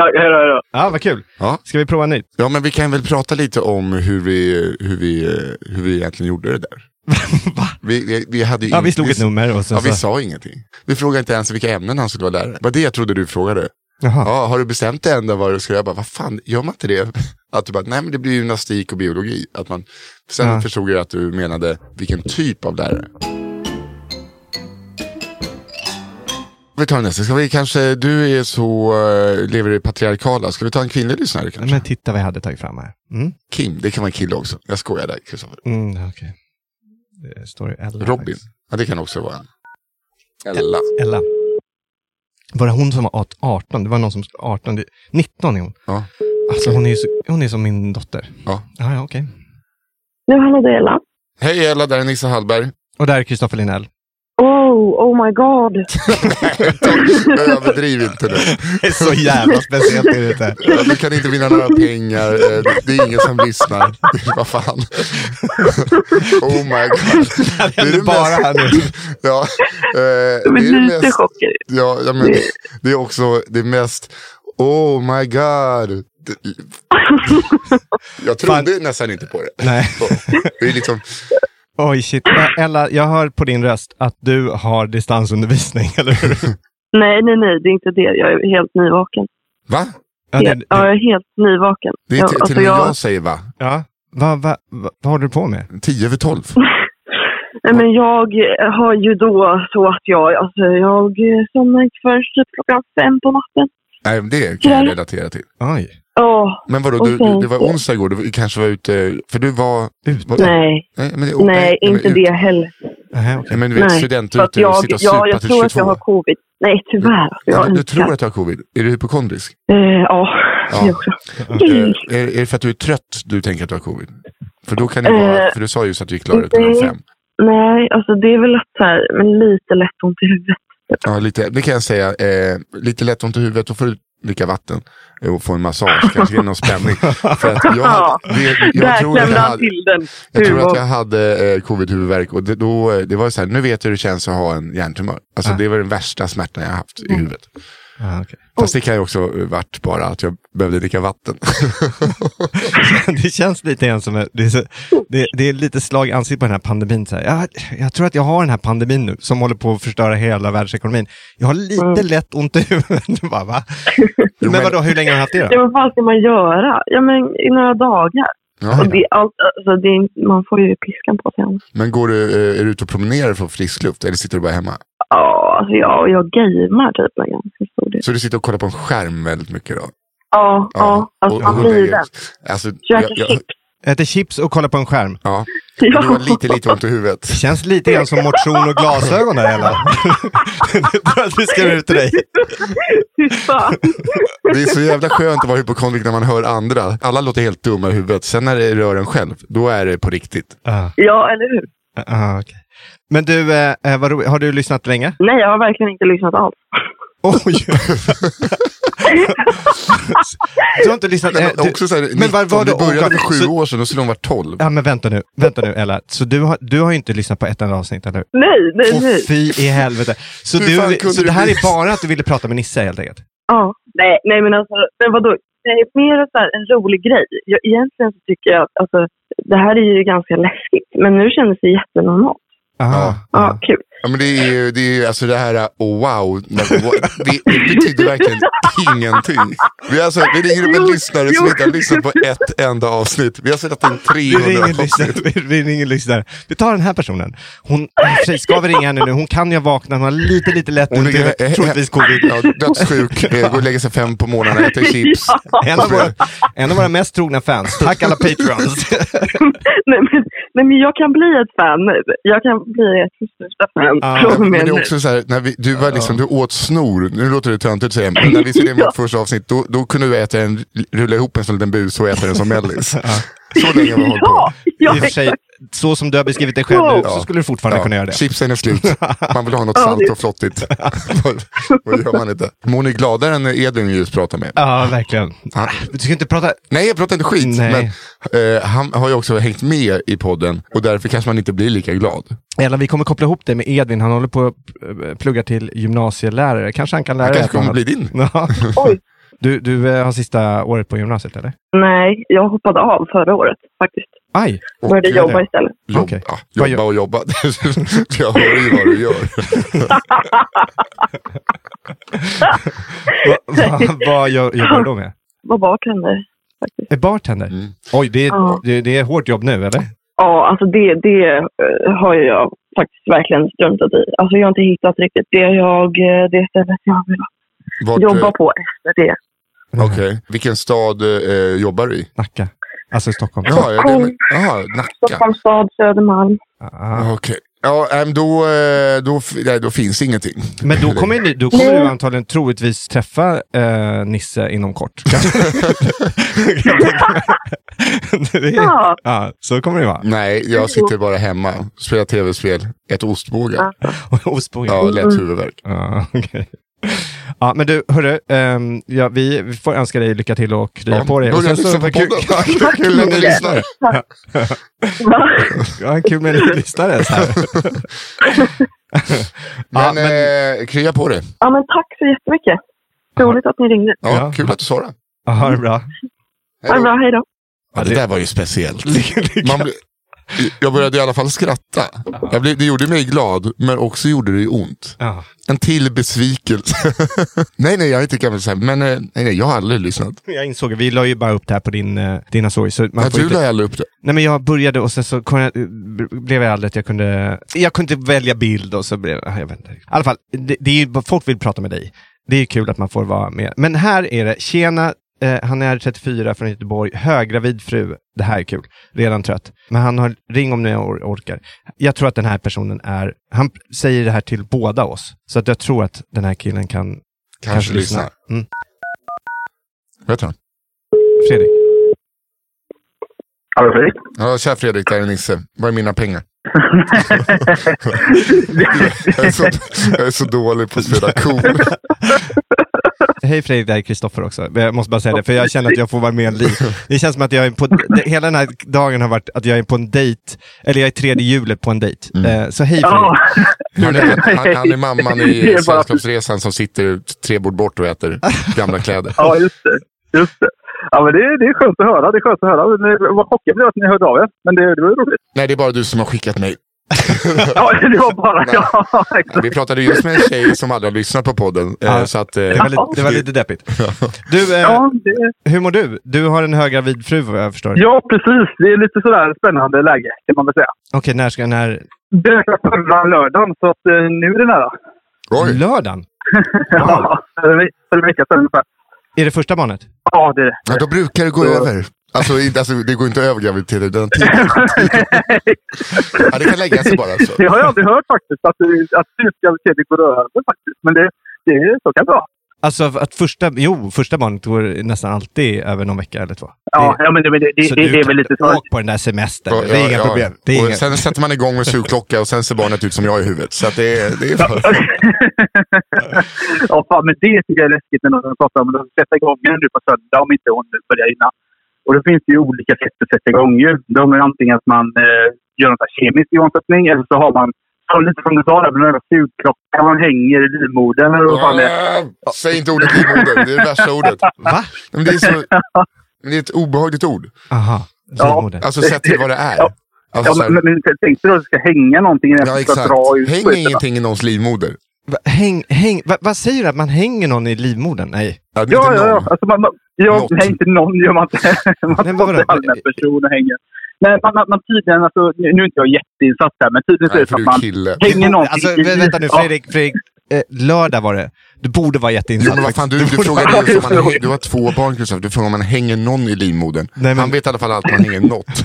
Tack, hej då, hej då. Ja, vad kul. Ja. Ska vi prova en ny? Ja, men vi kan väl prata lite om hur vi, hur vi, eh, hur vi egentligen gjorde det där. Va? Vi, vi, vi hade ju Ja, in- vi slog ett nummer och sen Ja, vi så... sa ingenting. Vi frågade inte ens vilka ämnen han skulle vara lärare. Det var det jag trodde du frågade. Jaha. Ja, har du bestämt dig än då vad du ska göra? Jag bara, vad fan, gör man inte det? Att du bara, nej men det blir gymnastik och biologi. Att man, sen Ja. förstod jag att du menade vilken typ av lärare. Vi tar nästa. Ska vi kanske, du är så, eh, lever i det patriarkala. Ska vi ta en kvinnlig lyssnare kanske? Men titta vad jag hade tagit fram här. Mm, Kim, det kan vara en kille också. Jag skojar där, Kristoffer. mm okej. Det står ju Ella. Robin, faktiskt. ja det kan också vara en. Ella. Ella. Var det hon som var åt 18? Det var någon som 18. det- 19 är hon. Ja. Alltså hon är, ju så, hon är som min dotter. Ja. Ja, ja okej. Nu hallå det är Ella. Hej Ella, där är Nisse Hallberg. Och där är Kristoffer Linnell. Oh, oh my god. Överdriv inte nu. Det är så jävla speciellt är det inte. Ja, Du kan inte vinna några pengar, eh, det- det är ingen som lyssnar. Vad fan. Oh my god. Det händer bara här nu. Ja, eh, det Jag blir är det lite mest, chockad. ja, ja, men det är också det mest, oh my god. Det- Jag trodde nästan inte på det. Nej. Det är liksom, Oj, shit. Ä- Ella, jag hör på din röst att du har distansundervisning, eller hur? Nej, nej, nej, det är inte det. Jag är helt nyvaken. va? Ja, det, Ja, det, jag är helt nyvaken. Det är Ja, till, till alltså, och med jag- jag säger va? ja. Vad va, va, vad håller du på med? Tio över tolv. Nej, men jag eh, har ju då så att jag, alltså, jag somnar inte förrän typ klockan fem på natten. Nej, men det kan jag relatera till. Oj. Åh, Men vadå, du, Okej. du, det var onsdag igår, du kanske var ute, för du var... Ute? var- nej, Oh, Nej, men, nej, inte men, ut- det heller. Nähä, okej. Nej, men du vet, Nej, student För att ute och jag, sitta och ja, supa jag till tror 22. att jag har covid. Nej, tyvärr. Ja, Jag du, du önskar. tror att du har covid? Är du hypokondrisk? Eh, ja, Ja. jag också. Eh, Är, är det för att du är trött du tänker att du har covid? För då kan det vara, Eh, för du sa just att du gick klar ut klockan nej. fem. Nej, alltså det är väl att så här, men lite lätt ont i huvudet. Ja, lite, det kan jag säga. Eh, lite lätt ont i huvudet, då får du dricka vatten eh, och få en massage, kanske ge någon spänning. För att jag, hade- det, jag, Där tror att jag, klämde han hade, till den. jag tror att humorn. jag hade eh, covid-huvudvärk och det, då, eh, det var så här, nu vet jag hur det känns att ha en hjärntumör. Alltså Ah. det var den värsta smärtan jag haft i huvudet. Ja, Ah, okej. Fast det kan ju också eh, varit bara att jag behövde dricka vatten. Det känns lite grann som, det är, så, det, det är lite slag i ansiktet på den här pandemin. Så här. Jag, jag tror att jag har den här pandemin nu, som håller på att förstöra hela världsekonomin. Jag har lite lätt ont i huvudet. Bara, va? Mm. Jo, men men- vadå, hur länge har du haft det Ja, då? vad fan ska man göra? Ja, men i några dagar. Ja. Och det, är allt, alltså, det, är inte- man får ju piskan på sig. annars. Men går du, eh, är du ute och promenerar för frisk luft eller sitter du bara hemma? Ja, alltså, jag, jag gamer typ en ganska stor del. Så du sitter och kollar på en skärm väldigt mycket då? Ja, ja. alltså, och- man och- blir det. Alltså, jag, Käka jag, chips. Äter chips och kollar på en skärm. ja, du Ja. har lite, lite ont i huvudet. Det känns lite grann som motion och glasögon där, Ella. Jag tror att vi skriver ut till dig. Fy fan. Det är så jävla skönt att vara hypokondrik när man hör andra. Alla låter helt dumma i huvudet. Sen när det rör en själv, då är det på riktigt. Ja, Ja, eller hur? ja, Ah, okej. Men du, eh, eh, vad roligt. har du lyssnat länge? Nej, jag har verkligen inte lyssnat alls. Oj! du har inte lyssnat? eh, Men du, också så här, men var, var det började för sju så, år sedan, då skulle de vara tolv. Ja, men vänta nu, vänta nu Ella. Så du har, du har ju inte lyssnat på ett enda avsnitt, eller hur? Nej, nej, Åh, nej. fy i helvete. Så, Hur fan du, kunde så det det här bli? är bara att du ville prata med Nisse helt enkelt? Ja, nej, nej men alltså, men vadå? Det är mer så här en rolig grej. Jag, egentligen så tycker jag att alltså, det här är ju ganska läskigt, men nu kändes det jättenormalt. Aha. Ja, kul. Ja, men det är ju det är, ju alltså det här eh, oh, wow, men what- det, det betyder verkligen ingenting. Vi, har alltså, vi ringer upp en Jo, lyssnare som jo. inte har lyssnat på ett enda avsnitt. Vi har sett in Vi ringer 300 en lyssnare. avsnitt. Vi ringer en lyssnare. Vi tar den här personen. Hon, i och för sig ska vi ringa henne nu? Hon kan ju ha vaknat. Hon har lite, lite lätt Hon ont i ligger- huvudet. Troligtvis covid. Ja, dödssjuk, eh, går och lägger sig fem på morgonen, äter chips. En av, våra, en av våra mest trogna fans. Tack alla patreons. Nej men, nej, men jag kan bli ett fan nu. Jag kan bli ett största fan Ja, från och Men det med är nu. också så här, när vi, du, var liksom, du åt snor, nu låter det töntigt att säga, men när vi spelade in vårt första avsnitt, då, då kunde du äta en, rulla ihop en sån liten bus och äta den som mellis. Så länge har vi hållit på. Ja, ja, I och för sig, så som du har beskrivit dig själv nu, så skulle du fortfarande kunna göra det. Chipsen är slut. Man vill ha något Ja, salt det- och flottigt. Vad- Vad gör man inte? Men hon är gladare än Edvin vi just pratade med. Ja, verkligen. Han, Du ska inte prata... nej, jag pratar inte skit. Nej. Men eh, han har ju också hängt med i podden och därför kanske man inte blir lika glad. Eller vi kommer koppla ihop dig med Edvin. Han håller på att eh, plugga till gymnasielärare. Kanske han kan lära Han dig kanske kommer ett bli din. annat. Ja. Oj. Du, du eh, har sista året på gymnasiet, eller? Nej, jag hoppade av förra året faktiskt. Aj! Började gör jobba det. istället. Jobb, Okej. ja, Vad eh, jobba och jobba. jag hör ju vad du gör. Va, va, vad gör, jobbar du då med? Var bartender. faktiskt. Är bartender? Mm. Oj, det Ja. är, det, det är hårt jobb nu, eller? Ja, alltså det, det eh, har ju jag faktiskt verkligen struntat i. Alltså jag har inte hittat riktigt det, jag, eh, det stället jag vill Vart, jobba eh, på efter det. Okej. Vilken stad eh, jobbar du i? Nacka. Alltså Stockholm. Ja, är det, men, aha, Nacka. Stockholms stad, Södermalm. Ah. Okej. Ja, nej, men då, eh, då, f- nej, då finns ingenting. Men då kommer, ni, då kommer du antagligen troligtvis träffa eh, Nisse inom kort. Kan- kan jag tänka mig. det är, Ja, ja, så kommer det vara. Nej, jag sitter bara hemma, spelar tv-spel, äter ostbågar. Ostbågen. Ja, lätt huvudvärk. Ja, okej. Ja, men du, hörru, ehm, ja, vi vi får önska dig lycka till och krya Ja, på dig. Och Börja sen så- lyssna på kul- podden. Tack, kul att ni lyssnar. Ja, kul med en ny lyssnare. Så här. Ja, Men, eh, krya på det. ja men tack så jättemycket. Roligt att ni ringde. Ja, Ja. Kul att du sa det. Ja, ha det bra. Ha det bra, hej då. Ja, det där var ju speciellt. Man blir- jag började i alla fall skratta. Jag blev, det gjorde mig glad, men också gjorde det ont. Ja. En till besvikelse. nej, nej, jag är inte gammal så här, men eh, nej, nej, jag har aldrig lyssnat. Jag insåg, vi la ju bara upp det här på din, eh, dina stories. Så man Jag får tror inte, jag aldrig upp det. nej, men jag började och sen så kom jag, blev jag aldrig att jag kunde... Jag kunde inte välja bild och så blev jag... vet inte. I alla fall, det, det är, ju- folk vill prata med dig. Det är kul att man får vara med. Men här är det, tjena, eh, han är 34 från Göteborg, höggravid fru. Det här är kul. Redan trött. Men han har, ring om ni or- orkar. Jag tror att den här personen är, han säger det här till båda oss. Så att jag tror att den här killen kan kanske, Kanske, lyssna. Mm. Vet du? Fredrik. Hallå Fredrik? Ja, tja Fredrik, det här är Nisse. Var är mina pengar? jag, är så, jag är så dålig på att spela cool. Hej Fredrik, det här är Kristoffer också. Jag måste bara säga det, för jag känner att jag får vara med en liv. Det känns som att jag är på, det- hela den här dagen har varit att jag är på en dejt, eller jag är tredje hjulet på en dejt. Eh, Så hej Fredrik. Ja, Han är, han, han är mamman Det i är bara- Sällskapsresan som sitter tre bord bort och äter gamla kläder. ja just det. Just det. Ja, men det, det är skönt att höra. Det är skönt att höra. Det- Vad chockad jag blev att ni hörde av er. Men det, det var ju roligt. Nej, det är bara du som har skickat mig. Ja, det var bara... Nej. Ja, exakt. Vi pratade just med en tjej som aldrig har lyssnat på podden. eh, Ja. Så att, eh, Det var, lite, det var lite deppigt. Du, eh, Ja, det, hur mår du? Du har en höggravid fru vad jag förstår. ja, precis. Det är lite sådär spännande läge, kan man väl säga. Okej, när ska när? Det var förra lördagen, så att, eh, nu är det nära. oj, Lördagen? Ja, för en ve- för en vecka sedan ungefär. Är det första barnet? Ja, det är det. ja, då brukar det gå över. Alltså, inte- alltså, det går inte över graviditeten. Den tiden. Ja, det kan lägga sig bara. Så. Det har jag aldrig hört faktiskt, att, det- att syskalvitet går över faktiskt. Men det, det är så kan det vara. Alltså att första, jo, första barnet går nästan alltid över någon vecka eller två. Ja, Det- ja men det, men det, det, så det, du det är kan- väl lite så. Åk på den där semestern, Ja, det är ja, inga ja. problem. Det är och inga... sen sätter man igång med sugklocka och sen ser barnet ut som jag i huvudet. Så att det, är- det är för... ja, fan, men det tycker jag är läskigt när någon pratar om att sätta igång den nu på söndag om inte hon börjar innan. Och då finns det ju olika sätt att sätta igång ju. De är antingen att man eh, gör någon sån här kemisk igångsättning eller så har man, så lite som du sa där, med den där sugklockan man hänger i livmodern eller vad fan det är. Ah, Säg inte ordet livmoder, det är det värsta ordet. Va? Men det, är så, men det är ett obehagligt ord. Aha, livmodern. Alltså sett till vad det är. Ja. Alltså, Ja, så här, men, men, men tänk dig då att det ska hänga någonting i den ja, som ska exakt. dra ut Häng skiten. ingenting i någons livmoder. Va, häng, häng, va, vad säger du? Att man hänger någon i livmodern? Nej. Ja, inte Ja, ja, ja. någon. Alltså man, man, ja Något. nej, inte någon gör man inte. Man Men men, vadå? en allmän person och hänger. Nej, man, man, man tydligen, alltså, nu nu är inte jag jätteinsatt här, men tydligen så är Nej, det så för du att är man kille. hänger någonting Alltså, i- vä- vänta nu, Fredrik. Fredrik eh, lördag var det. Du borde vara jätteinsatt. Jo men vad fan, du, du borde frågade vara- ju om man, häng- du har två barn Kristoffer, du frågade om man hänger någon i livmodern. Nej, men- Han vet i alla fall att man hänger något.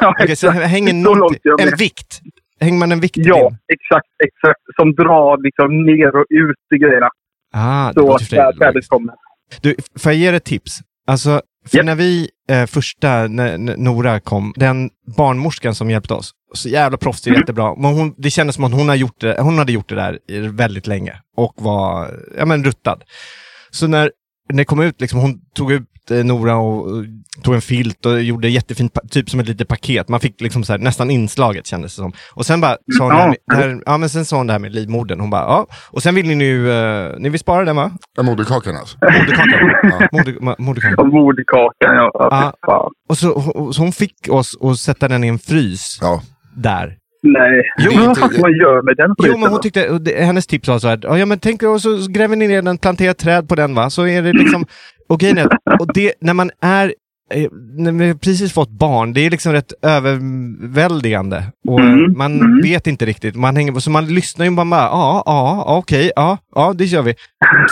Ja, Okej, så exakt. hänger Så långt någonting, jag med. en vikt. Hänger man en vikt i Ja, din? exakt, exakt. Som drar liksom ner och ut i grejerna. Ah, det Så låter för dig där färdigt logiskt. kommer. Du, får jag ge dig ett tips? Alltså, för Japp. när vi, eh, första, när, när Nora kom, den barnmorskan som hjälpte oss, så jävla proffsig, jättebra. Men hon, det kändes som att hon, har gjort det, hon hade gjort det där i väldigt länge och var, ja men ruttad. Så när när det kom ut, liksom, hon tog ut eh, Nora och, och tog en filt och gjorde jättefint, pa- typ som ett litet paket. Man fick liksom så här, nästan inslaget kändes det som. Och sen bara sa hon, det här, med- det här, ja, men sen sa hon det här med livmodern. Hon bara, ja. Och sen vill ni nu, eh, ni vill spara den va? Ja, Moderkakan alltså. Moderkakan. Ja. Moder, ma- moderkakan. Och moderkakan, ja. ja, fy fan. Och så, och, så hon fick oss att sätta den i en frys Ja. där. Nej. Jo, men vad inte- fan ska man göra med den Jo, men skiten hon då? tyckte, och det, hennes tips var så här, ja men tänk er, och så gräver ni ner den, planterar träd på den va, så är det liksom, och grejen är, att- och det, när man är eh, när vi precis fått barn, det är liksom rätt överväldigande. Och Mm, Man mm. vet inte riktigt. Man hänger på, så man lyssnar ju bara, bara ja, ja, ja, okej, ja, ja, det gör vi.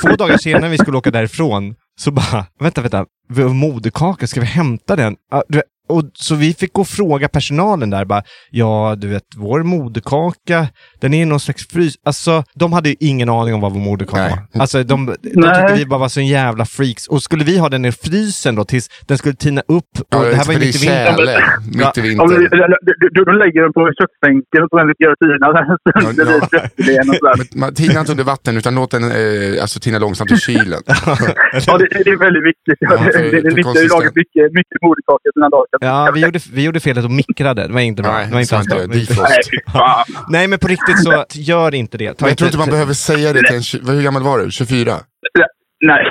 Två dagar senare när vi skulle åka därifrån, så bara, vänta, vänta, vi har moderkaka, ska vi hämta den? Ja, du vet, och så vi fick gå och fråga personalen där, bara, ja, du vet, vår moderkaka, den är i någon slags frys. Alltså, de hade ju ingen aning om vad vår moderkaka Nej. var. Alltså, de, de Nej. tyckte vi bara var så jävla freaks. Och skulle vi ha den i frysen då, tills den skulle tina upp? Och Ja, det här för var ju det är mitt i vintern. tjäle. Mitt i Ja, men, vintern. eller, du, du, du lägger den på köksbänken och så den lite gör tina. Ja, Det blir ja. köttfilén och sådär. Men, man, tina inte under vatten utan låt den eh, alltså, tina långsamt i kylen. Ja, det, det är väldigt viktigt. Ja, det, det, för- för det, det, jag konsistens. lagar mycket, mycket moderkaka sina dagar. Ja, vi gjorde, vi gjorde felet och mikrade. Det var inte bra. Nej, det var inte så alls inte bra. det. Defrost. Nej, fy fan. Nej, men på riktigt så gör inte det. Ta Men jag tror inte man behöver säga det till en, tju- hur gammal var du? 24? Nej,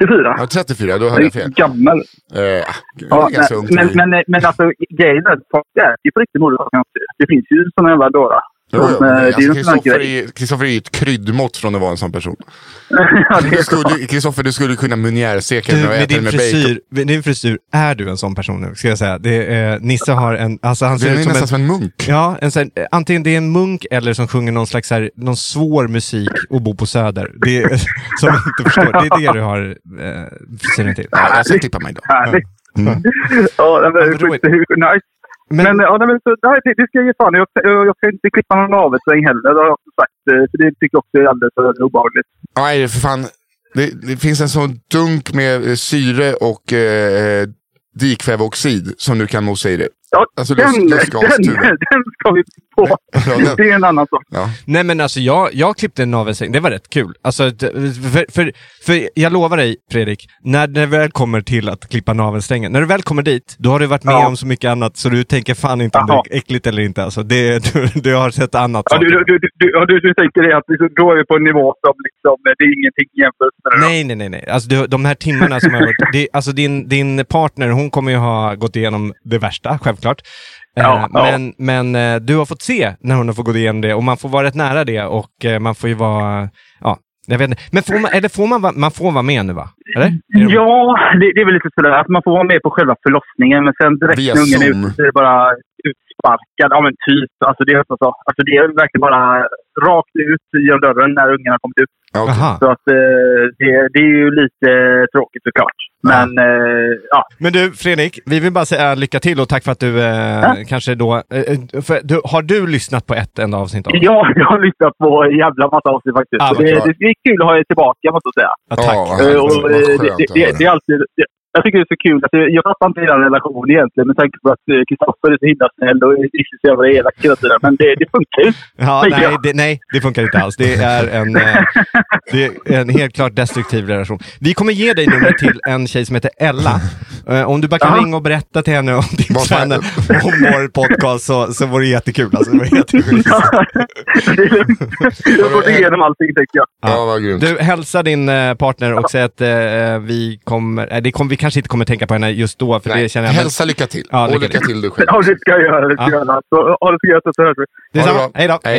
34. Ja, 34, då hörde jag Jag fel. är Gammal. Eh, ah, jag Ja, var ganska ung. men, men, men, men alltså grejen är att folk äter ju på riktigt moderkaka. Det finns ju såna jävla dårar. Jo, jo, Men, men eh, alltså, det är ju en sån här Kristoffer grej. är, Kristoffer är ju ett kryddmått från att vara en sån person. Ja, det Du är så. skulle, Kristoffer, du skulle kunna munjärseka Du, den och med äta den din, med bacon. frisyr, med din frisyr, är du en sån person nu? Ska jag säga. Det är, eh, Nisse har en... Alltså han Du ser är ut som nästan en... som en munk. Ja, en sån, eh, antingen det är en munk eller som sjunger någon slags så här, någon svår musik och bor på Söder. Det är, som jag inte förstår. Det är det du har eh, frisyren till. Ja, jag ska klippa mig då. Härligt. Ja, nej, men, men roligt. sjukt sjukt nice. Men, eh, Men, ja, nej, men så, nej, det, det ska jag ge fan i. jag, ska- jag, jag ska inte klippa någon navelsträng heller, det har jag också sagt. eh, För det tycker jag också är alldeles för obehagligt. Nej, för fan. Det, det finns en sån dunk med eh, syre och eh, dikväveoxid som du kan mosa i dig. Ja, Alltså den, lust- den, lustgastuben. den ska vi på. Ja, den- Det är en annan sak. Ja. nej men alltså jag, jag klippte en navelsträng, det var rätt kul. Alltså, d- för, för, för jag lovar dig Fredrik, när det väl kommer till att klippa navelsträngen, när du väl kommer dit, då har du varit med Ja. om så mycket annat så du tänker fan inte om det Jaha. är äckligt eller inte. Alltså, det, du, du har sett annat. Ja, du, saker. du, du, du, ja, du, du tänker det att liksom, då är vi på en nivå som liksom, eh, det är ingenting jämfört med det. då. Nej, nej, nej. nej. Alltså, du, de här timmarna som har varit... Det, alltså, din, din partner, hon kommer ju ha gått igenom det värsta, självklart. Eh, Ja, ja. men men eh, du har fått se när hon har fått gå igenom det och man får vara rätt nära det och eh, man får ju vara... Ja, jag vet inte. Men får man, eller får man, va- man får vara med nu, va? Eller? Är det- Ja, det, det är väl lite sådär att man får vara med på själva förlossningen men sen direkt Via när ungen är Zoom. ute så är det bara utsparkad. Ja men typ. Alltså det är så. så. Alltså det är verkligen bara rakt ut genom dörren när ungen har kommit ut. Ja, okej. Aha. Så att eh, det, det är ju lite tråkigt såklart. Men eh, ja. Men du, Fredrik, vi vill bara säga lycka till och tack för att du eh, kanske då... Eh, eh, för, du, har du lyssnat på ett enda avsnitt av oss? Jag, jag har lyssnat på en jävla massa avsnitt faktiskt. Ja, Så vad det, bra. det, det är kul att ha er tillbaka måste jag säga. Ja, tack. Ja, vad Eh, härligt. och, Vad eh, skönt det, att det, höra. det är alltid, det, jag tycker det är så kul. Alltså, jag fattar inte hela relationen egentligen med tanke på att eh, Kristoffer är så himla snäll och Cissi så jävla elak hela tiden. Men det, det funkar ju. Ja, Men nej, jag- det, nej, det funkar inte alls. Det är en, eh, det är en helt klart destruktiv relation. Vi kommer ge dig numret till en tjej som heter Ella. Eh, om du bara kan Ja. ringa och berätta till henne om din Vad fan- tränare och om vår podcast så, så vore det jättekul. Alltså, det vore jättekul. det är lugnt. Jag har gått igenom allting tänker jag. Ja, vad grymt. Du, hälsa din eh, partner och säg att eh, vi kommer... nej, det kommer vi kanske inte kommer tänka på henne just då, för det Nej, känner jag. men- Hälsa lycka till. Ja, och lycka lycka till. till du själv. Ja, det ska jag göra. Det ska jag göra. Så, ha det så gött och så hörs vi. Detsamma. Ha det bra. Hej då. Hej.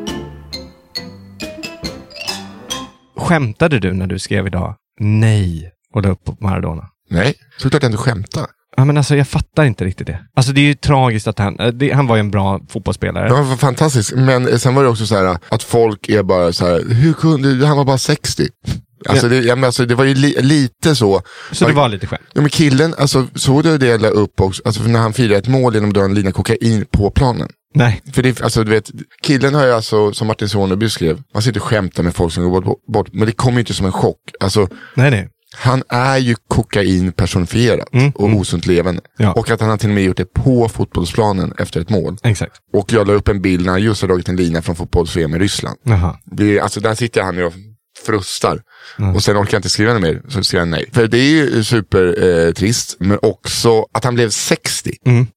Skämtade du när du skrev idag nej och la upp på Maradona? Nej, såklart jag inte skämtar. Ja, men alltså, jag fattar inte riktigt det. Alltså, det är ju tragiskt att han... eh, Det, han var ju en bra fotbollsspelare. Ja, vad fantastiskt. Men eh, sen var det också så här att folk är bara så här, hur kunde du, han var bara 60. Alltså, det, ja, men alltså, det var ju li, lite så. Så det var lite skämt. Ja, men killen, alltså, såg du det jag la upp också, alltså, när han firade ett mål genom att dra en lina kokain på planen? Nej. För det, alltså, du vet, killen har ju alltså, som Martin Soneby skrev, man sitter och skämtar med folk som går bort, bort men det kommer ju inte som en chock. Alltså, nej, nej. Han är ju kokain personifierat och osunt levande. Ja. Och att han har till och med gjort det på fotbollsplanen efter ett mål. Exakt. Och jag la upp en bild när han just har dragit en lina från fotbolls i Ryssland. Jaha. Det är, alltså där sitter han ju och frustar. Och sen orkar jag inte skriva något mer, så skriver jag nej. För det är ju supertrist, eh, trist, men också att han blev 60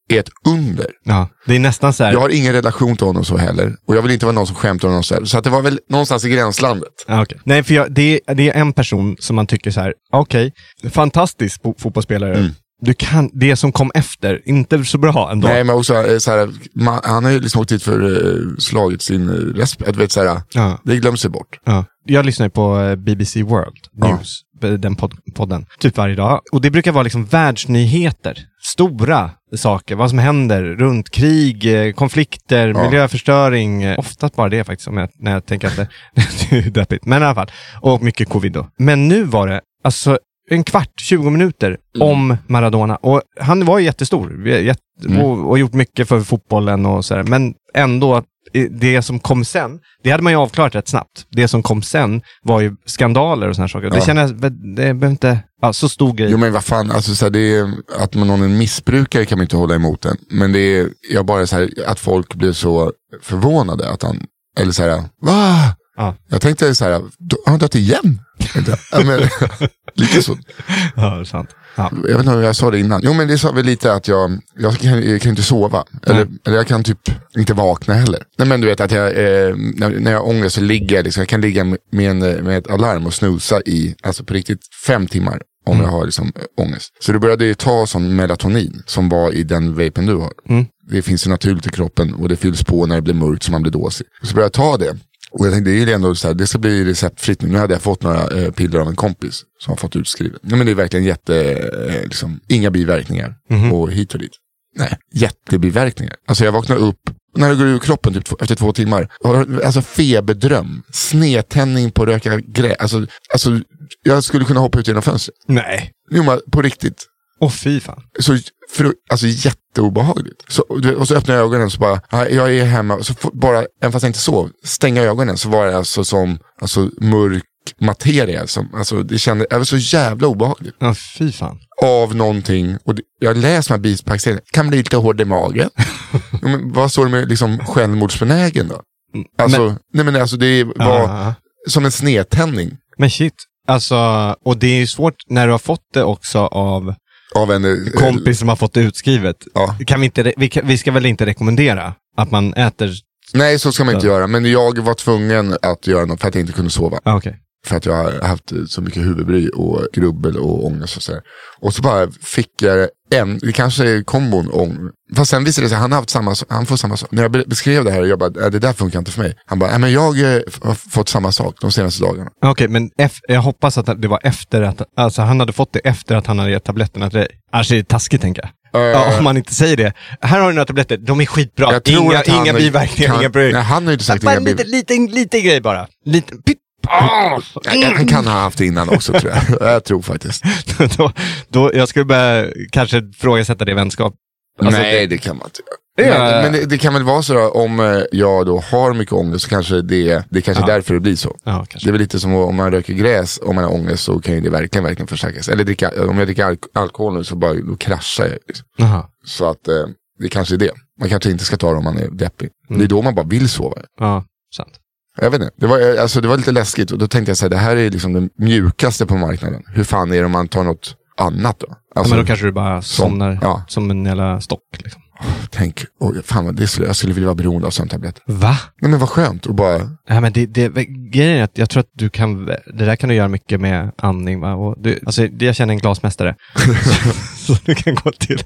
är ett under. Ja, det är nästan så här... Jag har ingen relation till honom så heller. Och jag vill inte vara någon som skämtar om honom så här. Så att det var väl någonstans i gränslandet. Ja, okej. Nej, för jag, det, är, det är en person som man tycker så här, okej, fantastisk fo- fotbollsspelare. Mm. Du kan, det som kom efter, inte så bra ändå. Nej, men också eh, så här, man, han har ju liksom åkt dit för eh, slagit sin eh, resp. Du vet, så här, Ja. Det glöms ju bort. Ja. Jag lyssnar ju på eh, BBC World News, eh, den pod- podden, typ varje dag. Och det brukar vara liksom världsnyheter, stora saker, vad som händer runt krig, eh, konflikter, Ja. miljöförstöring. eh, Oftast bara det faktiskt, om jag, när jag tänker efter. det är ju deppigt, men i alla fall. Och mycket covid då. Men nu var det, alltså, en kvart, 20 minuter Mm. om Maradona. Och han var ju jättestor jätte, Mm. och, och gjort mycket för fotbollen och sådär. Men ändå, eh, det som kom sen, det hade man ju avklarat rätt snabbt. Det som kom sen var ju skandaler och sådana saker. Det Ja. känner jag, det behöver inte, ja, så stor grej. Jo men vad fan, alltså, så här, det är, att man någon är en missbrukare kan man inte hålla emot den. Men det är jag bara så här, att folk blir så förvånade att han, eller så här, va? Ja. Jag tänkte så här, "Då- har han dött igen? Inte? Ja, men, lite så. Ja, det är sant. Ja. Jag vet inte om jag sa det innan. Jo men det sa vi lite att jag, jag kan, jag kan inte sova. Eller, eller jag kan typ inte vakna heller. Nej men du vet att jag, eh, när, när jag har ångest så ligger jag, liksom, jag kan ligga med, med, en, eh, med ett alarm och snusa i, alltså på riktigt fem timmar. Om jag har liksom eh, ångest. Så du började ju ta sån melatonin som var i den vapen du har. Det finns ju naturligt i kroppen och det fylls på när det blir mörkt så man blir dåsig. Så började jag ta det. Och jag tänkte det är ju ändå så här, det ska bli receptfritt nu. Nu hade jag fått några eh, piller av en kompis som har fått utskrivet. Nej, men det är verkligen jätte, eh, liksom, inga biverkningar och hit och dit. Nej, jättebiverkningar. Alltså jag vaknar upp, när det går ur kroppen typ, två- efter två timmar, har- alltså feberdröm, snedtändning på röka grä. Alltså, alltså jag skulle kunna hoppa ut genom fönstret. Nej. Jo men på riktigt. Åh fy fan. Så, för, alltså jätteobehagligt. Så, och du- och så öppnar jag ögonen så bara, "Ja, jag är hemma. Så får- bara, även fast jag inte sov, stänga ögonen så var det alltså som alltså, mörk materia. Som, alltså, det kändes det var så jävla obehagligt. Ja, fy fan. Av någonting, och det, jag läser de här bipackserierna, kan bli lite hård i magen. Ja, men, vad står det med liksom, självmordsbenägen då? Alltså, nej, men, alltså det var Ja. som en snedtändning Men shit. Alltså, och det är ju svårt när du har fått det också av av en eh, kompis som har fått det utskrivet. Ja. Kan vi, inte, re- vi, kan, vi ska väl inte rekommendera att man äter... Nej, så ska man inte göra. Men jag var tvungen att göra något för att jag inte kunde sova. Ah, okej. För att jag har haft så mycket huvudbry och grubbel och ångest och sådär. Och så bara fick jag en, det kanske är kombon ång. Fast sen visade det sig, han har haft samma, so- han får samma sak. När jag be- beskrev det här, jag bara, "Äh, det där funkar inte för mig. Han bara, "Nej, men jag eh, f- har fått samma sak de senaste dagarna. Okej, men eff- jag hoppas att det var efter att... Alltså han hade fått det efter att han hade gett tabletterna till dig. Annars är det taskigt, tänker jag. Eh, Ja, om man inte säger det. Här har du några tabletter. De är skitbra. Jag tror inga att han- inga biverkningar, kan- inga problem. Nej, han har ju inte sagt Bara inga lite, biverkningar. lite, lite grej bara. Lite, pip. Ah! Nej, Han kan ha haft det innan också tror jag. Jag tror faktiskt. då, då, jag skulle börja kanske ifrågasätta det i vänskap. Alltså, Nej, det kan man inte göra. Ja, Men- ja, ja. Men det, det kan väl vara så då, om eh, jag då har mycket ångest så kanske det, det kanske är därför det blir så. Ja, Det kanske. är väl lite som om man röker gräs, om man har ångest så kan ju det verkligen, verkligen försäkras. Eller dricka, om jag dricker alk- alkohol nu så bara, då kraschar jag. Liksom. Jaha. Så att eh, det kanske är det. Man kanske inte ska ta det om man är deppig. Mm. Det är då man bara vill sova. Ja, sant. Jag vet inte, det var, eh, alltså, det var lite läskigt och då tänkte jag så här, det här är liksom det mjukaste på marknaden. Hur fan är det om man tar något annat då. Alltså, men då kanske du bara somnar ja. som en jävla stock. Liksom. Tänk, oj, fan vad det skulle, jag skulle vilja vara beroende av sömntabletter. Va? Nej men vad skönt och bara, Nej, men det, det, grejen är att jag tror att du kan, det där kan du göra mycket med andning. Va? Och du, alltså, det- jag känner en glasmästare som du kan gå till.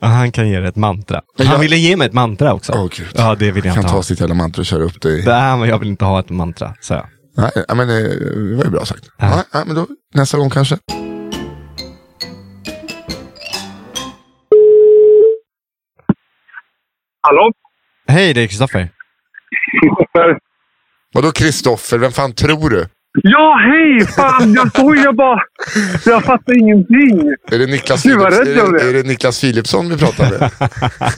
Och han kan ge dig ett mantra. Men Han jag- ville ge mig ett mantra också. ja, det vill jag kan inte ha. ta sitt jävla mantra och köra upp dig. Nej, men jag vill inte ha ett mantra, sa jag. Nej, ja, men eh, det var ju bra sagt. Ja, ja, men då, nästa gång kanske. Hallå? Hej, det är Kristoffer. Vadå Kristoffer, vem fan tror du? Ja, hej! Fan, jag såg jag bara... Jag fattar ingenting. Är det Niklas, Gud, vad Philips, är rädd jag det, blev. är det Niklas Philipsson vi pratar med?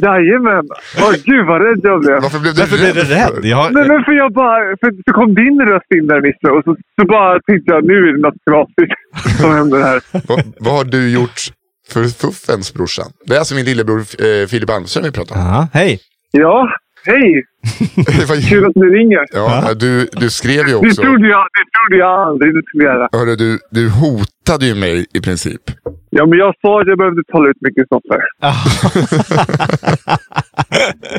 Jajamän. Åh, gud vad rädd jag blev. Varför blev du Varför blev rädd du rädd? för? Jag- Nej, men för jag bara... För, så kom din röst in där Nisse och så, så bara tänkte jag nu är det något trasigt som händer här. vad, vad har du gjort för fuffens brorsan? Det är alltså min lillebror eh, Filip Almström vi pratar om. hej. Ja, hej! Kul att ni ringer. Ja, du, du skrev ju Det också. trodde jag, det trodde jag aldrig du skulle göra. Hörru, du, du hotade ju mig i princip. Ja, men jag sa att jag behövde tala ut med Kristoffer.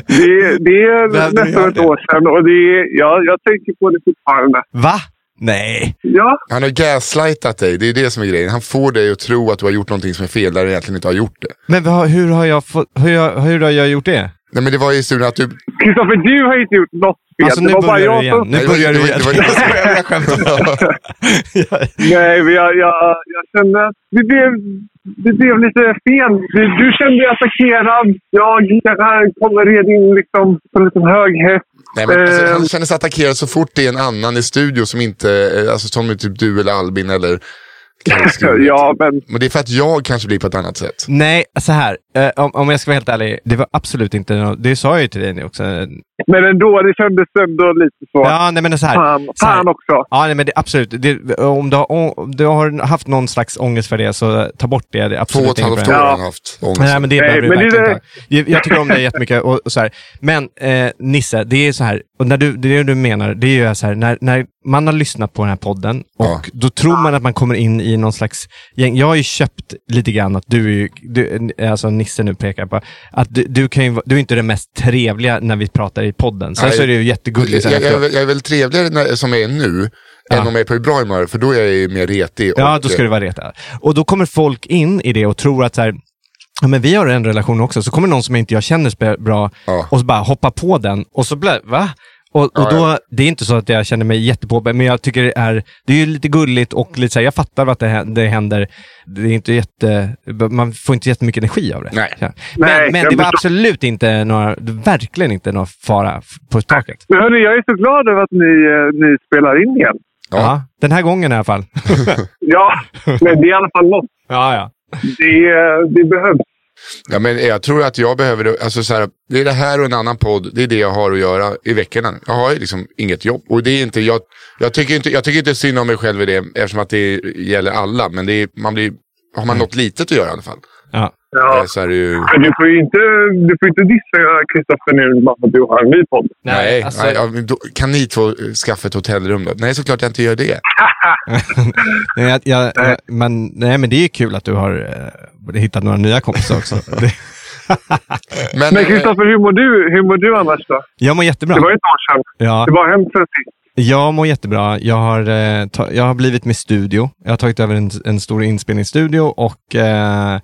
det, det är Behövde du nästan göra ett år sedan och det är, ja, jag tänker på det fortfarande. Va? Nej. Ja. Han har gaslightat dig, det är det som är grejen. Han får dig att tro att du har gjort någonting som är fel där du egentligen inte har gjort det. Men vad, hur, har jag fått, hur, har- hur har jag gjort det? Nej men det var ju studion att du... Kristoffer, du har inte gjort något fel. Alltså, nu Det var bara börjar jag du igen. som- Nu börjar du igen. Nej, men jag, jag, jag kände att det blev, det blev lite fel. Du, du kände dig attackerad. Jag jag kom och red in liksom på en liten hög häst. Nej, men, alltså, Eh, han känner sig attackerad så fort det är en annan i studio som inte, eh, alltså som är typ du eller Albin eller ja, men... men det är för att jag kanske blir på ett annat sätt. Nej, så här. Eh, om, om jag ska vara helt ärlig, det var absolut inte nå- Det sa jag ju till dig nu också. Men ändå, det kändes ändå lite så. Ja, nej, men så här. Fan, så här. fan också. Ja, nej, men det, absolut. Det, om, du har, om du har haft någon slags ångest för det, så ta bort det. det är absolut Två och ett inget halvt år problem. har han haft ångest. Nej, men det Nej, behöver du men det är verkligen det- inte. Jag, jag tycker om dig jättemycket. Och, och så här. Men eh, Nisse, det är så här, och när du, det du menar, det är ju så här, när, när man har lyssnat på den här podden och då tror man att man kommer in i någon slags gäng. Jag har ju köpt lite grann att du, är ju- du alltså Nisse nu pekar på, att du, du, kan ju, vara- du är inte den mest trevliga när vi pratar i podden. Sen Nej, så är det ju jättegulligt. sen Jag, jag, efteråt. jag är väl trevligare när, som jag är nu, än om jag är på bra humör, för då är jag ju mer retig. Ja, och, eh, då ska du vara reta. Och då kommer folk in i det och tror att så här, ja, men vi har en relation också, så kommer någon som inte jag känner så bra och så bara hoppa på den och så blir va? Och, och då, Det är inte så att jag känner mig jättepåbörjad, men jag tycker det är, det är ju lite gulligt och lite så här, jag fattar att det, hä- det händer. Det är inte jätte, man får inte jättemycket energi av det. Nej. Men, Nej, men jag det var förstår. absolut inte några, verkligen inte någon fara f- på taket. Men hörni, jag är så glad över att ni, eh, ni spelar in igen. Ja. den här gången i alla fall. Ja, men det är i alla fall något. Ja, ja. Det, eh, det behövs. Ja, men jag tror att jag behöver, det. alltså så här, det är det här och en annan podd, det är det jag har att göra i veckorna. Jag har ju liksom inget jobb. Och det är inte, jag, jag, tycker inte, jag tycker inte synd om mig själv i det, eftersom att det gäller alla. Men det är, man blir, har man något litet att göra i alla fall. Ja. Eh, Så är det ju... Men du får ju inte, du får inte dissa Kristoffer nu bara för att du har en ny podd. Nej, nej, ja, men då, kan ni två eh, skaffa ett hotellrum då? Nej, såklart jag inte gör det. Nej, jag, jag, jag, men, nej, men det är ju kul att du har eh, hittat några nya kompisar också. Det, Men eh, Men Kristoffer, hur, mår du- hur mår du annars då? jag mår jättebra. Det var ju ett år sedan. Ja. Det var hemskt sen sist. Jag mår jättebra. Jag har, eh, ta, jag har blivit med studio. Jag har tagit över en, en stor inspelningsstudio och eh,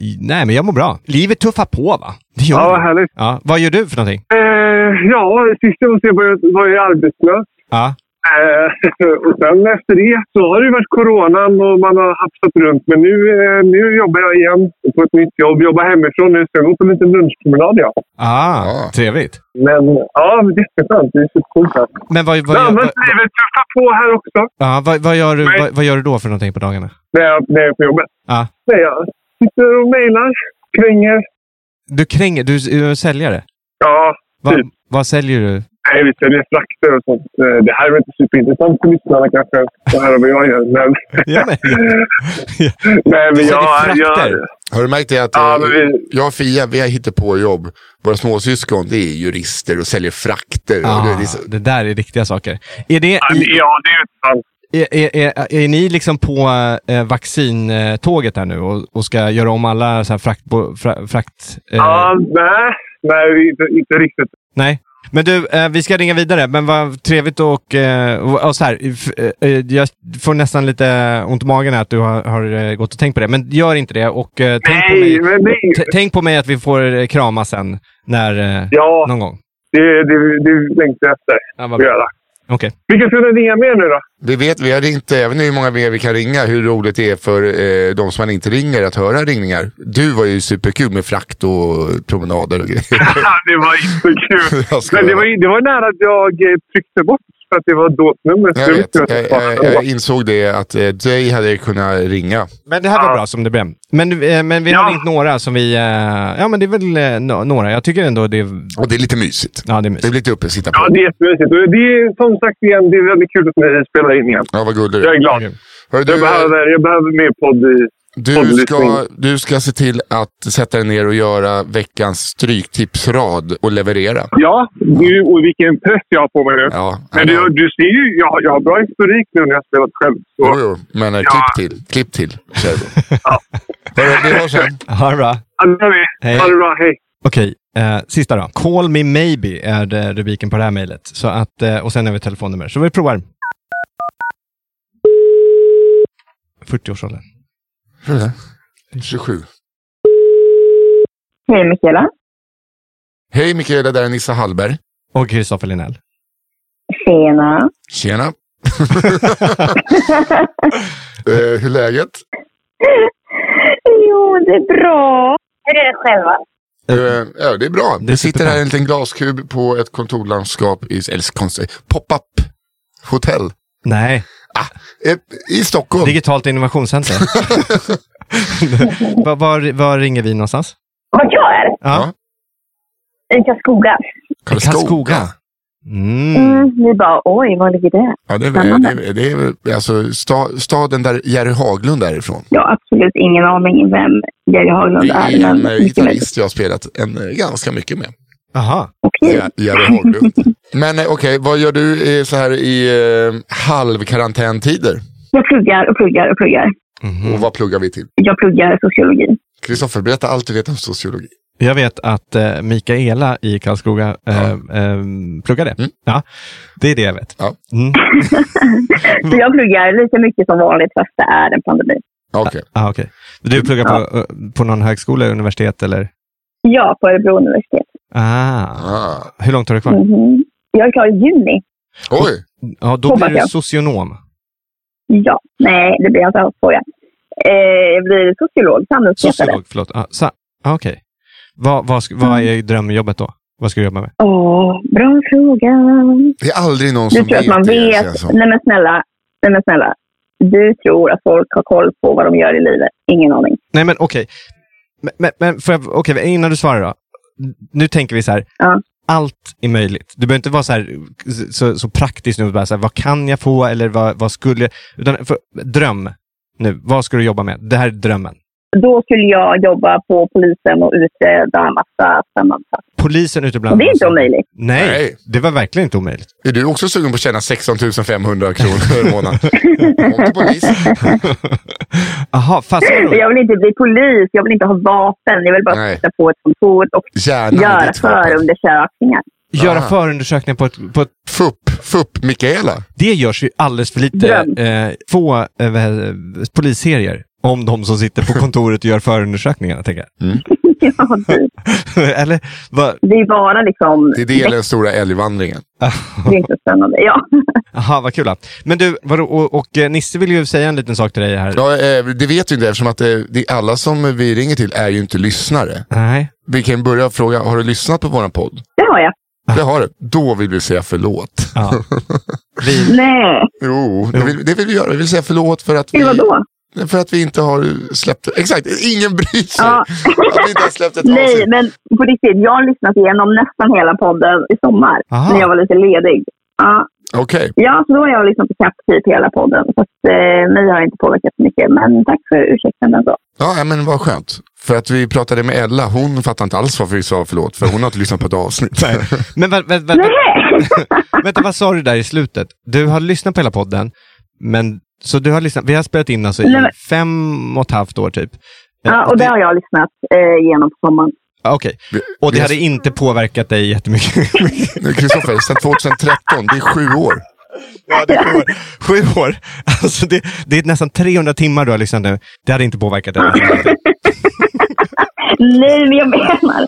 i- nej, men jag mår bra. Livet tuffar på, va? Det gör Ja, det. vad härligt. Ja. Vad gör du för någonting? Eh, ja, sist jag var se var jag- var jag arbetslös. Ja. Eh, och sen efter det så har det ju varit coronan och man har hafsat runt. Men nu, eh, nu jobbar jag igen på ett nytt jobb. Jobbar hemifrån nu. Så jag går på en liten lunchpromenad, ja. Ah, Trevligt. Men ja, men det är jätteskönt. Det är supercoolt här. Men vad, vad, Ja, gör, men vad, livet tuffar på här också. ja, vad, vad, gör du, Nej. vad, vad gör du då för någonting på dagarna? När jag, när jag är på jobbet. Ja. Nej, jag sitter och mejlar, kränger. Du kränger, du, du är säljare. Ja, Va, vad säljer du? nej, vi säljer frakter och sånt. Eh, Det här är väl inte superintressant för lyssnarna kanske, det här vad jag gör. Men... Ja, men... nej, men jag... jag... Har du märkt det att Ja, eh, men vi- jag och Fia, vi har hittat på jobb. Våra småsyskon, det är jurister och säljer frakter. och Ah, det, det är liksom- så... det där är riktiga saker. Är det Ja, det är ju sant. Är, är, är, är ni liksom på eh, vaccintåget här nu och, och ska göra om alla så här frakt... bo- Fra, frakt eh, Ja, nej, nej inte, inte riktigt. Nej. Men du, eh, vi ska ringa vidare, men vad trevligt och, eh, och, och så här, f- eh, eh, jag får nästan lite ont i magen här att du har, har eh, gått och tänkt på det, men gör inte det och eh, tänk, på mig, Nej, men nej. t- tänk på mig att vi får eh, krama sen, när, eh, Ja. någon gång. Det, det, det längtar jag efter. Ja, att göra. Okej. Vilka ska du ringa med nu då? Vi vet, vi har ringt, eh, jag vet inte hur många mer vi kan ringa, hur roligt det är för eh, de som man inte ringer att höra ringningar. Du var ju superkul med frakt och promenader och grejer. det var inte kul. Jag skojar. Men det var, ju- det var nära att jag eh, tryckte bort för att det var ett dolt nummer. så Jag, jag vet, visste jag, inte vad jag, det var. jag insåg det att eh, dig hade jag kunnat ringa. Men det här var bra som det blev. Men, eh, men vi har ringt några som vi... eh, Ja, men det är väl eh, nå- några. Jag tycker ändå det... Och det är lite mysigt. Ja, det är mysigt. Det blir lite uppe sitta på. Ja, det är jättemysigt. Och Det är som sagt igen, det är väldigt kul att ni spelar in igen. Ja, vad gullig Jag är glad. Hör du, jag, behöver, jag behöver mer podd i Du ska, du ska se till att sätta dig ner och göra veckans stryktipsrad och leverera. Ja, du, och vilken press jag har på mig nu. Men du, du ser ju, jag, har- jag har bra historik nu när jag har spelat själv. Så. Jo, jo, men eh, klipp till. Klipp till. Kör vi. Hörru, vi hörs sen. Ha det bra. Ja, det gör vi. Hej. Ha det bra, hej. Okej, eh, sista då. Call me maybe är det rubriken på det här mejlet. Så att, eh, och sen är vi telefonnummer. Så vi provar. 40-årsåldern. Hur är det? 27. Hej Mikaela. Hej Mikaela, där är Nissa Hallberg. Och Kristoffer Linnell. Tjena. Tjena. eh, hur är läget? Jo, det är bra. Hur är det själva? Eh, ja, det är bra. Det sitter här i en liten glaskub på ett kontorlandskap i eller konstigt, pop-up hotell. Eh, Nej. I Stockholm. Digitalt innovationscenter. var, var, var ringer vi någonstans? Vart jag är? Ja. I Karlskoga. Karlskoga. Mm. Mm, ni bara, oj, var ligger det? Ja, det är, väl- det Spännande. är, det är väl- alltså sta, staden där Jerry Haglund är ifrån. Jag har absolut ingen aning vem Jerry Haglund Det är. är Men en mycket eh, möjligt. gitarrist jag har spelat en, eh, ganska mycket med. Aha. Ja, Jerry Haglund. Men eh, okej, vad gör du eh, så här i eh, halvkarantäntider? Jag pluggar och pluggar och pluggar. Mhm. Och vad pluggar vi till? Jag pluggar sociologi. Kristoffer, berätta allt du vet om sociologi. Jag vet att eh, Mikaela i Karlskoga eh, eh, pluggade. Ja, det är det jag vet. Mm. Mm. Så jag pluggar lika mycket som vanligt fast det är en pandemi. Okej. Ah, okay. Du pluggar på, eh, på någon högskola, universitet eller? Ja, på Örebro universitet. Ah. Hur långt har du kvar? Mm. Mm. Mhm. Jag är klar i juni. Oj! Ja, då Hoppas blir du jag. socionom. Ja, nej, det blir jag inte alls på. Jag. Eh, jag blir sociolog, samhällsvetare. Sociolog, förlåt. Ah, sa, ah, Okej. Vad, vad, sk- vad är drömjobbet då? Vad ska du jobba med? Åh, bra fråga. Det är aldrig någon Du som alltså. tror vet att man det, vet. känns som. Nej men snälla. Nej men snälla. Du tror att folk har koll på vad de gör i livet. Ingen aning. Nej, men okej. Men, men, men får jag, okej, innan du svarar då. Nu tänker vi så här. Allt är möjligt. Du behöver inte vara så, här, så, så praktisk nu. Bara så här, vad kan jag få eller vad, vad skulle jag... Utan för, dröm nu. Vad ska du jobba med? Det här är drömmen. Då skulle jag jobba på polisen och utreda massa spännande saker. Polisen ute bland... Och det är inte omöjligt. Nej, det var verkligen inte omöjligt. Är du också sugen på att tjäna 16 500 kronor i månaden? Aha, fast jag vill inte bli polis. Jag vill inte ha vapen. Jag vill bara sitta på ett kontor och Gärna göra ditt vapen. förundersökningar. Göra Ah. förundersökningar på ett... På ett FUP, FUP Mikaela. Det görs ju alldeles för lite. Eh, få eh, vad heter det, polisserier om de som sitter på kontoret och gör förundersökningarna, tänker jag. ja, det, Eller? Vad? det är bara liksom... Det är det eller den stora älgvandringen. Det är inte spännande. Ja. Jaha, vad kul. då. Men du, vadå, och, och eh, Nisse vill ju säga en liten sak till dig här. Ja, eh, det vet ju inte eftersom att eh, det, alla som vi ringer till är ju inte lyssnare. Nej. Vi kan börja fråga, har du lyssnat på våran podd? Det har jag. Det har du. Då vill vi säga förlåt. Nej. Jo, det vill, det vill vi göra. Vi vill säga förlåt för att vi... vadå? För att vi inte har släppt... Exakt, ingen bryr sig. Ja. Att vi inte har släppt ett Nej, avsnitt. men på riktigt. Jag har lyssnat igenom nästan hela podden i sommar. Aha. När jag var lite ledig. Ja, Okej. ja så då har jag lyssnat ikapp typ hela podden. Så att, eh, mig har inte påverkat så mycket. Men tack för ursäkten ändå. Ja, nej, men vad skönt. För att vi pratade med Ella, hon fattar inte alls varför vi sa förlåt, för hon har inte lyssnat på ett avsnitt. Men vä- vä- vä- vänta, vad sa du där i slutet? Du har lyssnat på hela podden, Men, så du har lyssnat, vi har spelat in alltså i Nej, men- fem och ett halvt år typ. Ja, och det har jag lyssnat eh, igenom på sommaren. Ah, Okej, och det vi- hade inte påverkat dig jättemycket? Kristoffer, sedan 2013, det är sju år. Ja, det är sju år. Sju år. Alltså det, det är nästan 300 timmar du har lyssnat nu. Det hade inte påverkat dig. Nej, men jag menar...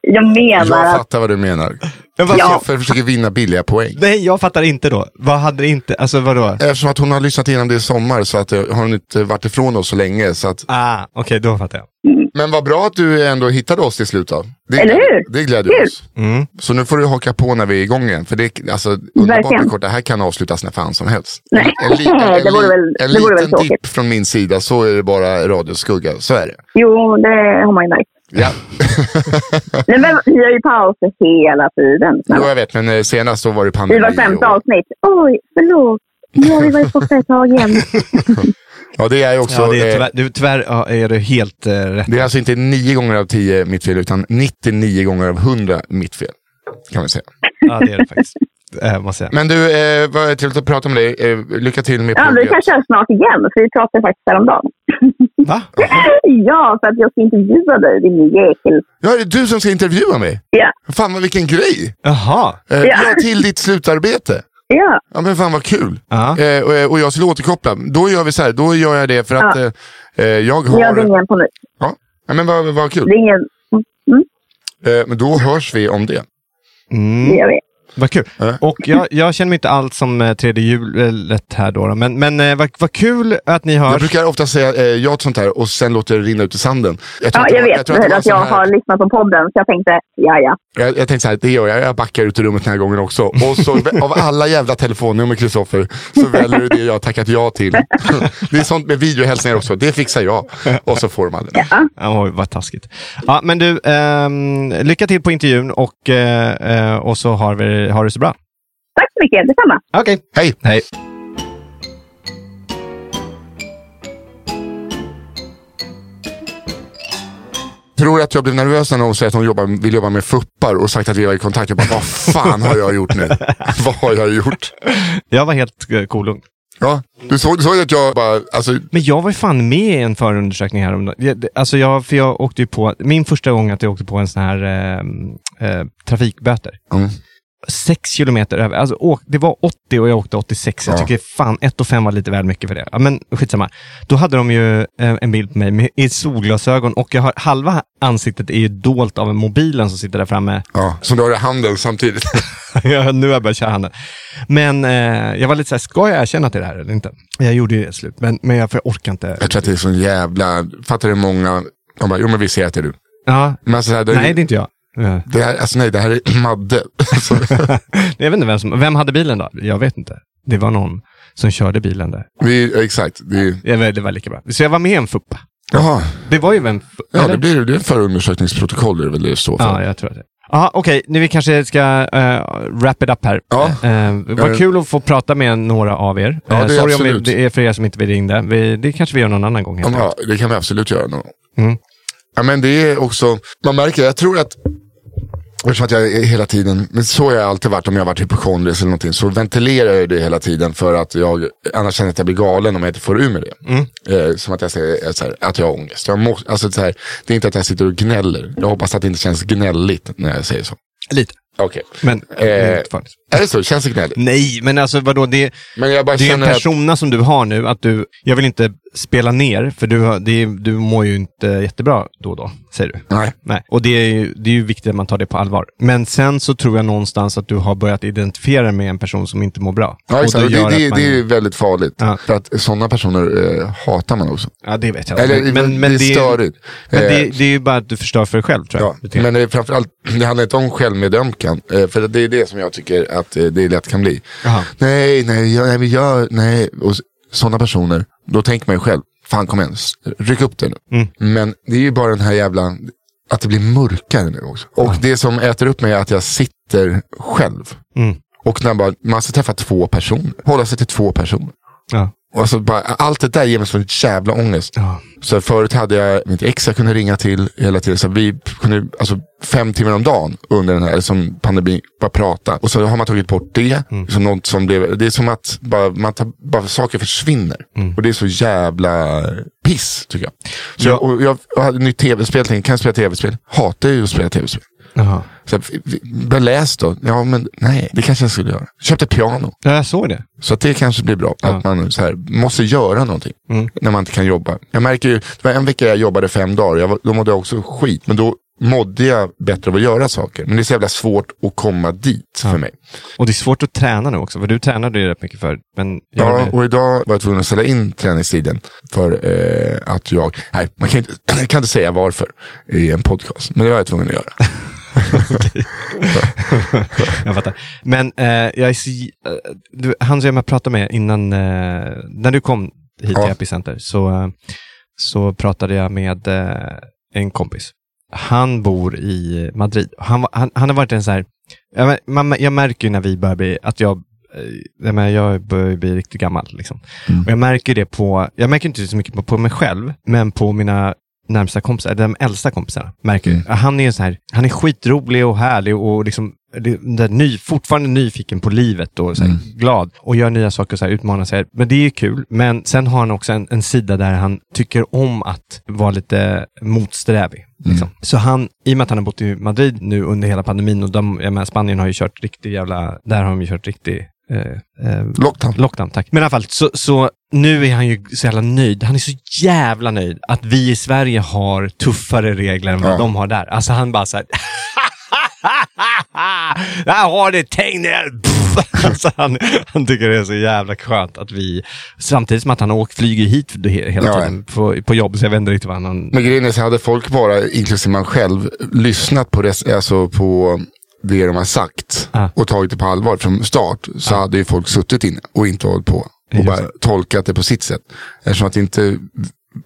Jag Jag menar att... fattar vad du menar. Men vad- Kristoffer försöker vinna billiga poäng. Nej, jag fattar inte då. Vad hade inte, alltså vadå? Eftersom att hon har lyssnat igenom det i sommar så att, eh, har hon inte varit ifrån oss så länge. Så att... Ah, Okej, då fattar jag. Men vad bra att du ändå hittade oss till slut då. Det, Eller hur? Det gläder Kul. oss. Mm. Så nu får du haka på när vi är igång igen. För det, är- alltså, Verkligen. underbart kort, det här kan avslutas när fan som helst. Nej, En, li- en, en, det vore li- väl, en det vore väl liten tråkigt. dipp från min sida, så är det bara radioskugga. Så är det. Jo, det har man ju märkt. Ja. Nej, men vi har ju pauser hela tiden. Jo, jag vet, men eh, senast så var det I pandemi. var femte avsnitt. Oj, förlåt. Nu har vi varit borta ett tag igen. Ja, det är ju också... ja, det är, eh, tyvärr, du, tyvärr ja, är du helt eh, rätt. Det är alltså inte 9 gånger av 10 mitt fel, utan 99 gånger av 100 mitt fel. Kan man säga. Ja, det är det faktiskt. Eh, måste jag. säga. Men du, eh, vad trevligt att prata med dig. Eh, lycka till med Ja, vi plugget. kan köra snart igen, för vi pratade faktiskt häromdagen. Va? ja, för att jag ska intervjua dig, din jäkel. Ja, är det du som ska intervjua mig? Ja, Fan, vad vilken grej! Jaha. Eh, Ja. Dra till ditt slutarbete. ja. Ja, men fan vad kul. Ja. Eh, och, och jag skulle återkoppla. Då gör vi så här, då gör jag det för att Ja. eh, eh, jag har... Jag ringer igen på nytt. Ja, Ja, men vad, vad kul. Ring igen. Mm, Eh, men då hörs vi om det. det Mm. gör vi. Mm, Vad kul. Eh. Och jag, jag känner mig inte alls som eh, tredje hjulet här då. då. Men, men eh, vad, vad kul att ni Jag hörs. brukar ofta säga eh, ja till sånt här och sen låter det rinna ut i sanden. tror Ja, att det jag var- vet tror det att, var att en jag sån här- har lyssnat på podden, så jag tänkte, ja, ja. Jag, jag tänkte så här, det gör jag. Jag backar ut ur rummet den här gången också. Och så vä- av alla jävla telefonnummer, Kristoffer, så väljer du det jag har tackat ja till. Det är sånt med videohälsningar också. Det fixar jag. Och så får man det. Ja, oj, vad taskigt. Ja, men du, ehm, lycka till på intervjun och, eh, eh, och så har vi har det så bra. Tack så mycket, detsamma. Okej. Hej! Hej. Tror att jag blev nervös när någon säger att hon jobbar, vill jobba med fuppar och sagt att vi var i kontakt. Jag bara, vad fan har jag gjort nu? vad har jag gjort? Jag var helt eh, kolugn. Ja, du såg, du såg att jag bara, alltså, Men jag var ju fan med i en förundersökning här om jag, det- Alltså jag, för jag åkte ju på, min första gång att jag åkte på en sån här ehm, eh, trafikböter. mm. Sex kilometer över, alltså åk, det var 80 och jag åkte 86. Jag Ja. tycker fan 1 och 5 var lite väl mycket för det. Ja, men skitsamma. Då hade de ju eh, en bild på mig med, i solglasögon och jag har, halva ansiktet är ju dolt av mobilen som sitter där framme. ja, som du har i handen samtidigt. Ja, nu har jag börjat köra handen. Men eh, jag var lite såhär, ska jag erkänna till det här eller inte? Jag gjorde ju det till slut, men, men jag, för jag orkar inte. jag tror att det är så jävla, fattar du hur många, de bara, jo men vi ser att det är du. Ja, Men alltså, så här, det, nej, det är inte jag. Ja. det här, alltså nej, det här är Madde. Alltså, Så- Jag vet inte vem som, vem hade bilen då? Jag vet inte. Det var någon som körde bilen där. Vi, exakt. Vi, Jag vet, Det var lika bra. Så jag var med i en fuppa. jaha, Det var ju vem... fu- ja, eller? det, blir, det är förundersökningsprotokoll är det väl det står för. Ja, jag tror att det. Ja, okej. Nu vi kanske ska eh, wrap it up här. Ja. Eh, vad Eh. kul att få prata med några av er. Ja, Eh, det är Sorry om vi, absolut. det är för er som inte vi ringde. Vi, det kanske vi gör någon annan gång. Ja, helt men, enkelt. ja, det kan vi absolut göra. Någon. gång. Mm. Ja, men det är också, man märker, jag tror att Eftersom att jag hela tiden, men så har jag alltid varit om jag har varit hypokondrisk eller någonting, så ventilerar jag det hela tiden för att jag, annars känner jag att jag blir galen om jag inte får ur mig det. Mm. Eh, som att jag säger eh, så här, att jag har ångest. Jag må, alltså, så här, det är inte att jag sitter och gnäller. Jag hoppas att det inte känns gnälligt när jag säger så. Lite. Okej. Men, Eh, fortfarande. Är det så? Känns det gnälligt? Nej, men alltså vadå, det, Men jag bara det är en känner att... persona som du har nu, att du, jag vill inte spela ner, för du, har- det, är- du mår ju inte jättebra då och då, säger du. Nej. Nej, och det är, ju, det är ju viktigt att man tar det på allvar. Men sen så tror jag någonstans att du har börjat identifiera dig med en person som inte mår bra. Ja, exakt. det Och det, gör det, att man- det är ju väldigt farligt. Ja. För att sådana personer eh, hatar man också. Ja, det vet jag. Eller, det är störigt. Men Eh, det, det är ju bara att du förstör för dig själv, tror jag. Ja, Lite grann. men det, är framförallt, det handlar inte om självmedömkan. eh, För det är det som jag tycker att eh, det lätt kan bli. Jaha. Nej, nej, jag, nej, men jag, nej. Och sådana personer, då tänker man ju själv, fan kom igen, s- ryck upp det nu. Men det är ju bara den här jävla, att det blir mörkare nu också. Och det som äter upp mig är att jag sitter själv. Mm. Och när man, bara- man ska träffa två personer, hålla sig till två personer. Ja. Och så bara, allt det där ger mig sån jävla ångest. Så förut hade jag mitt ex jag kunde ringa till hela tiden. Så vi kunde alltså, fem timmar om dagen under den här som pandemin bara prata. Och så har man tagit bort det. Som något som blev, det är som att bara, man tar, bara saker försvinner. Och det är så jävla piss tycker jag. Så jag, och jag, jag hade ett nytt tv-spel. Tänkte, kan jag spela tv-spel? Hatar ju att spela tv-spel. Jaha. Så jag, började läsa då. Ja, men nej, det kanske jag skulle göra. Köpte ett piano. Ja, jag såg det. Så att det kanske blir bra. Att man så här, måste göra någonting Mm. när man inte kan jobba. Jag märker ju, det var en vecka jag jobbade fem dagar. Jag, var- då mådde jag också skit. Men då mådde jag bättre av att göra saker. Men det är så jävla svårt att komma dit för mig. Och det är svårt att träna nu också, för du tränade ju rätt mycket förut. Men gör Ja, det. och idag var jag tvungen att ställa in träningstiden för eh, att jag, nej, man kan inte, jag kan inte säga varför i en podcast, men det var jag tvungen att göra. jag fattar. Men eh, jag är så, eh, du, han som jag pratade med innan, eh, när du kom hit till Epicenter, så, eh, så pratade jag med eh, en kompis. Han bor i Madrid. Han, var- han, han har varit en så här, jag, mär- man, jag märker ju när vi börjar bli, att jag eh, jag, menar, jag börjar ju bli riktigt gammal. Liksom. Och jag märker det på, jag märker inte så mycket på, på mig själv, men på mina närmsta kompisar, de äldsta kompisarna, märker jag. Han är ju så här, han är skitrolig och härlig och liksom, det- den där ny, fortfarande nyfiken på livet och så här, glad och gör nya saker och så här, utmanar sig. Men det är ju kul. Men sen har han också en, en sida där han tycker om att vara lite motsträvig. Liksom. Så han, i och med att han har bott i Madrid nu under hela pandemin och de, jag menar, Spanien har ju kört riktig jävla, där har de ju kört riktig eh, eh, lockdown. lockdown. Tack. Men i alla fall, så, så nu är han ju så jävla nöjd. Han är så jävla nöjd att vi i Sverige har tuffare regler än vad Ja. de har där. Alltså han bara så här, där har ni Tegnell! Pff. alltså han, han tycker det är så jävla skönt att vi, samtidigt som att han åker, flyger hit he- hela Ja, tiden på, på jobb, så jag vet inte riktigt vad han... Men grejen är så hade folk bara, inklusive man själv, lyssnat på, res- alltså på det de har sagt och tagit det på allvar från start så hade ju folk suttit inne och inte hållit på och bara tolkat det på sitt sätt. Eftersom att inte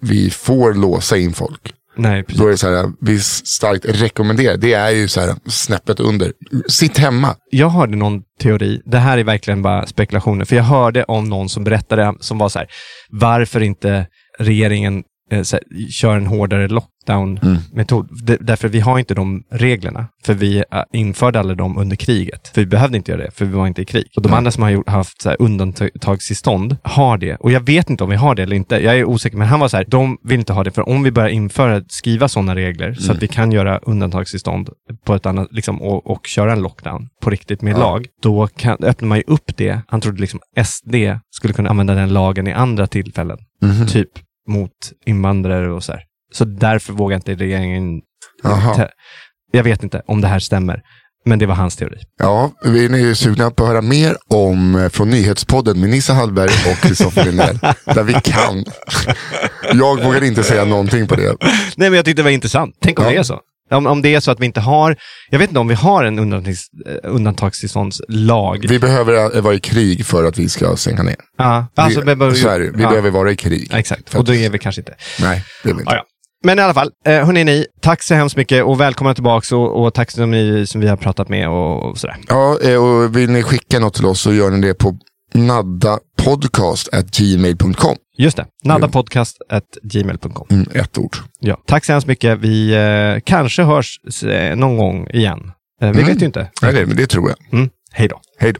vi får låsa in folk. Nej, Då är det så här, vi starkt rekommenderar, det är ju så här snäppet under. Sitt hemma. Jag hörde någon teori, det här är verkligen bara spekulationer, för jag hörde om någon som berättade, som var så här, varför inte regeringen eh, så här, kör en hårdare lockdown-metod. D- Därför vi har inte de reglerna, för vi eh, införde alla dem under kriget. För vi behövde inte göra det, för vi var inte i krig. Och de andra som har gjort, haft så här, undantagstillstånd har det. Och jag vet inte om vi har det eller inte, jag är osäker, men han var så här, de vill inte ha det, för om vi börjar införa, skriva sådana regler, så Mm. att vi kan göra undantagstillstånd på ett annat, liksom, och, och köra en lockdown på riktigt med Ja. lag, då kan, öppnar man ju upp det. Han trodde liksom SD skulle kunna använda den lagen i andra tillfällen. Mhm. Typ mot invandrare och så här. Så därför vågar inte regeringen... Jaha. Te- Jag vet inte om det här stämmer, men det var hans teori. Ja, vi är ju sugna på att höra mer om eh, från nyhetspodden med Nissa Hallberg och Kristoffer Lindell. där vi kan. Jag vågar inte säga någonting på det. Nej, men jag tyckte det var intressant. Tänk om det är så. Om, om det är så att vi inte har, jag vet inte om vi har en undantags, eh, undantagstillståndslag. Vi behöver eh, vara i krig för att vi ska sänka ner. Ja, alltså, vi, men- men- så är det. Vi ja. behöver vara i krig. Exakt, och då är vi kanske inte. Nej, det är vi inte. Ja, ja. Men i alla fall, eh, hörni ni, tack så hemskt mycket och välkomna tillbaka och, och tack som, ni, som vi har pratat med och, och sådär. Ja, eh, och vill ni skicka något till oss så gör ni det på naddapodcast.gmail.com. Just det, naddapodcast.gmail.com. Mm, ett ord. Ja, tack så hemskt mycket. Vi eh, kanske hörs eh, någon gång igen. Eh, vi Mm. vet ju inte. Nej, det, men det tror jag. Mm. Hej då. Hej då.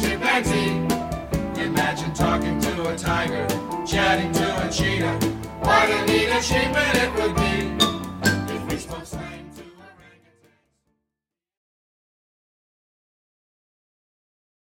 chimpanzee. Imagine talking to a tiger, chatting to a cheetah. What a neat achievement it would be.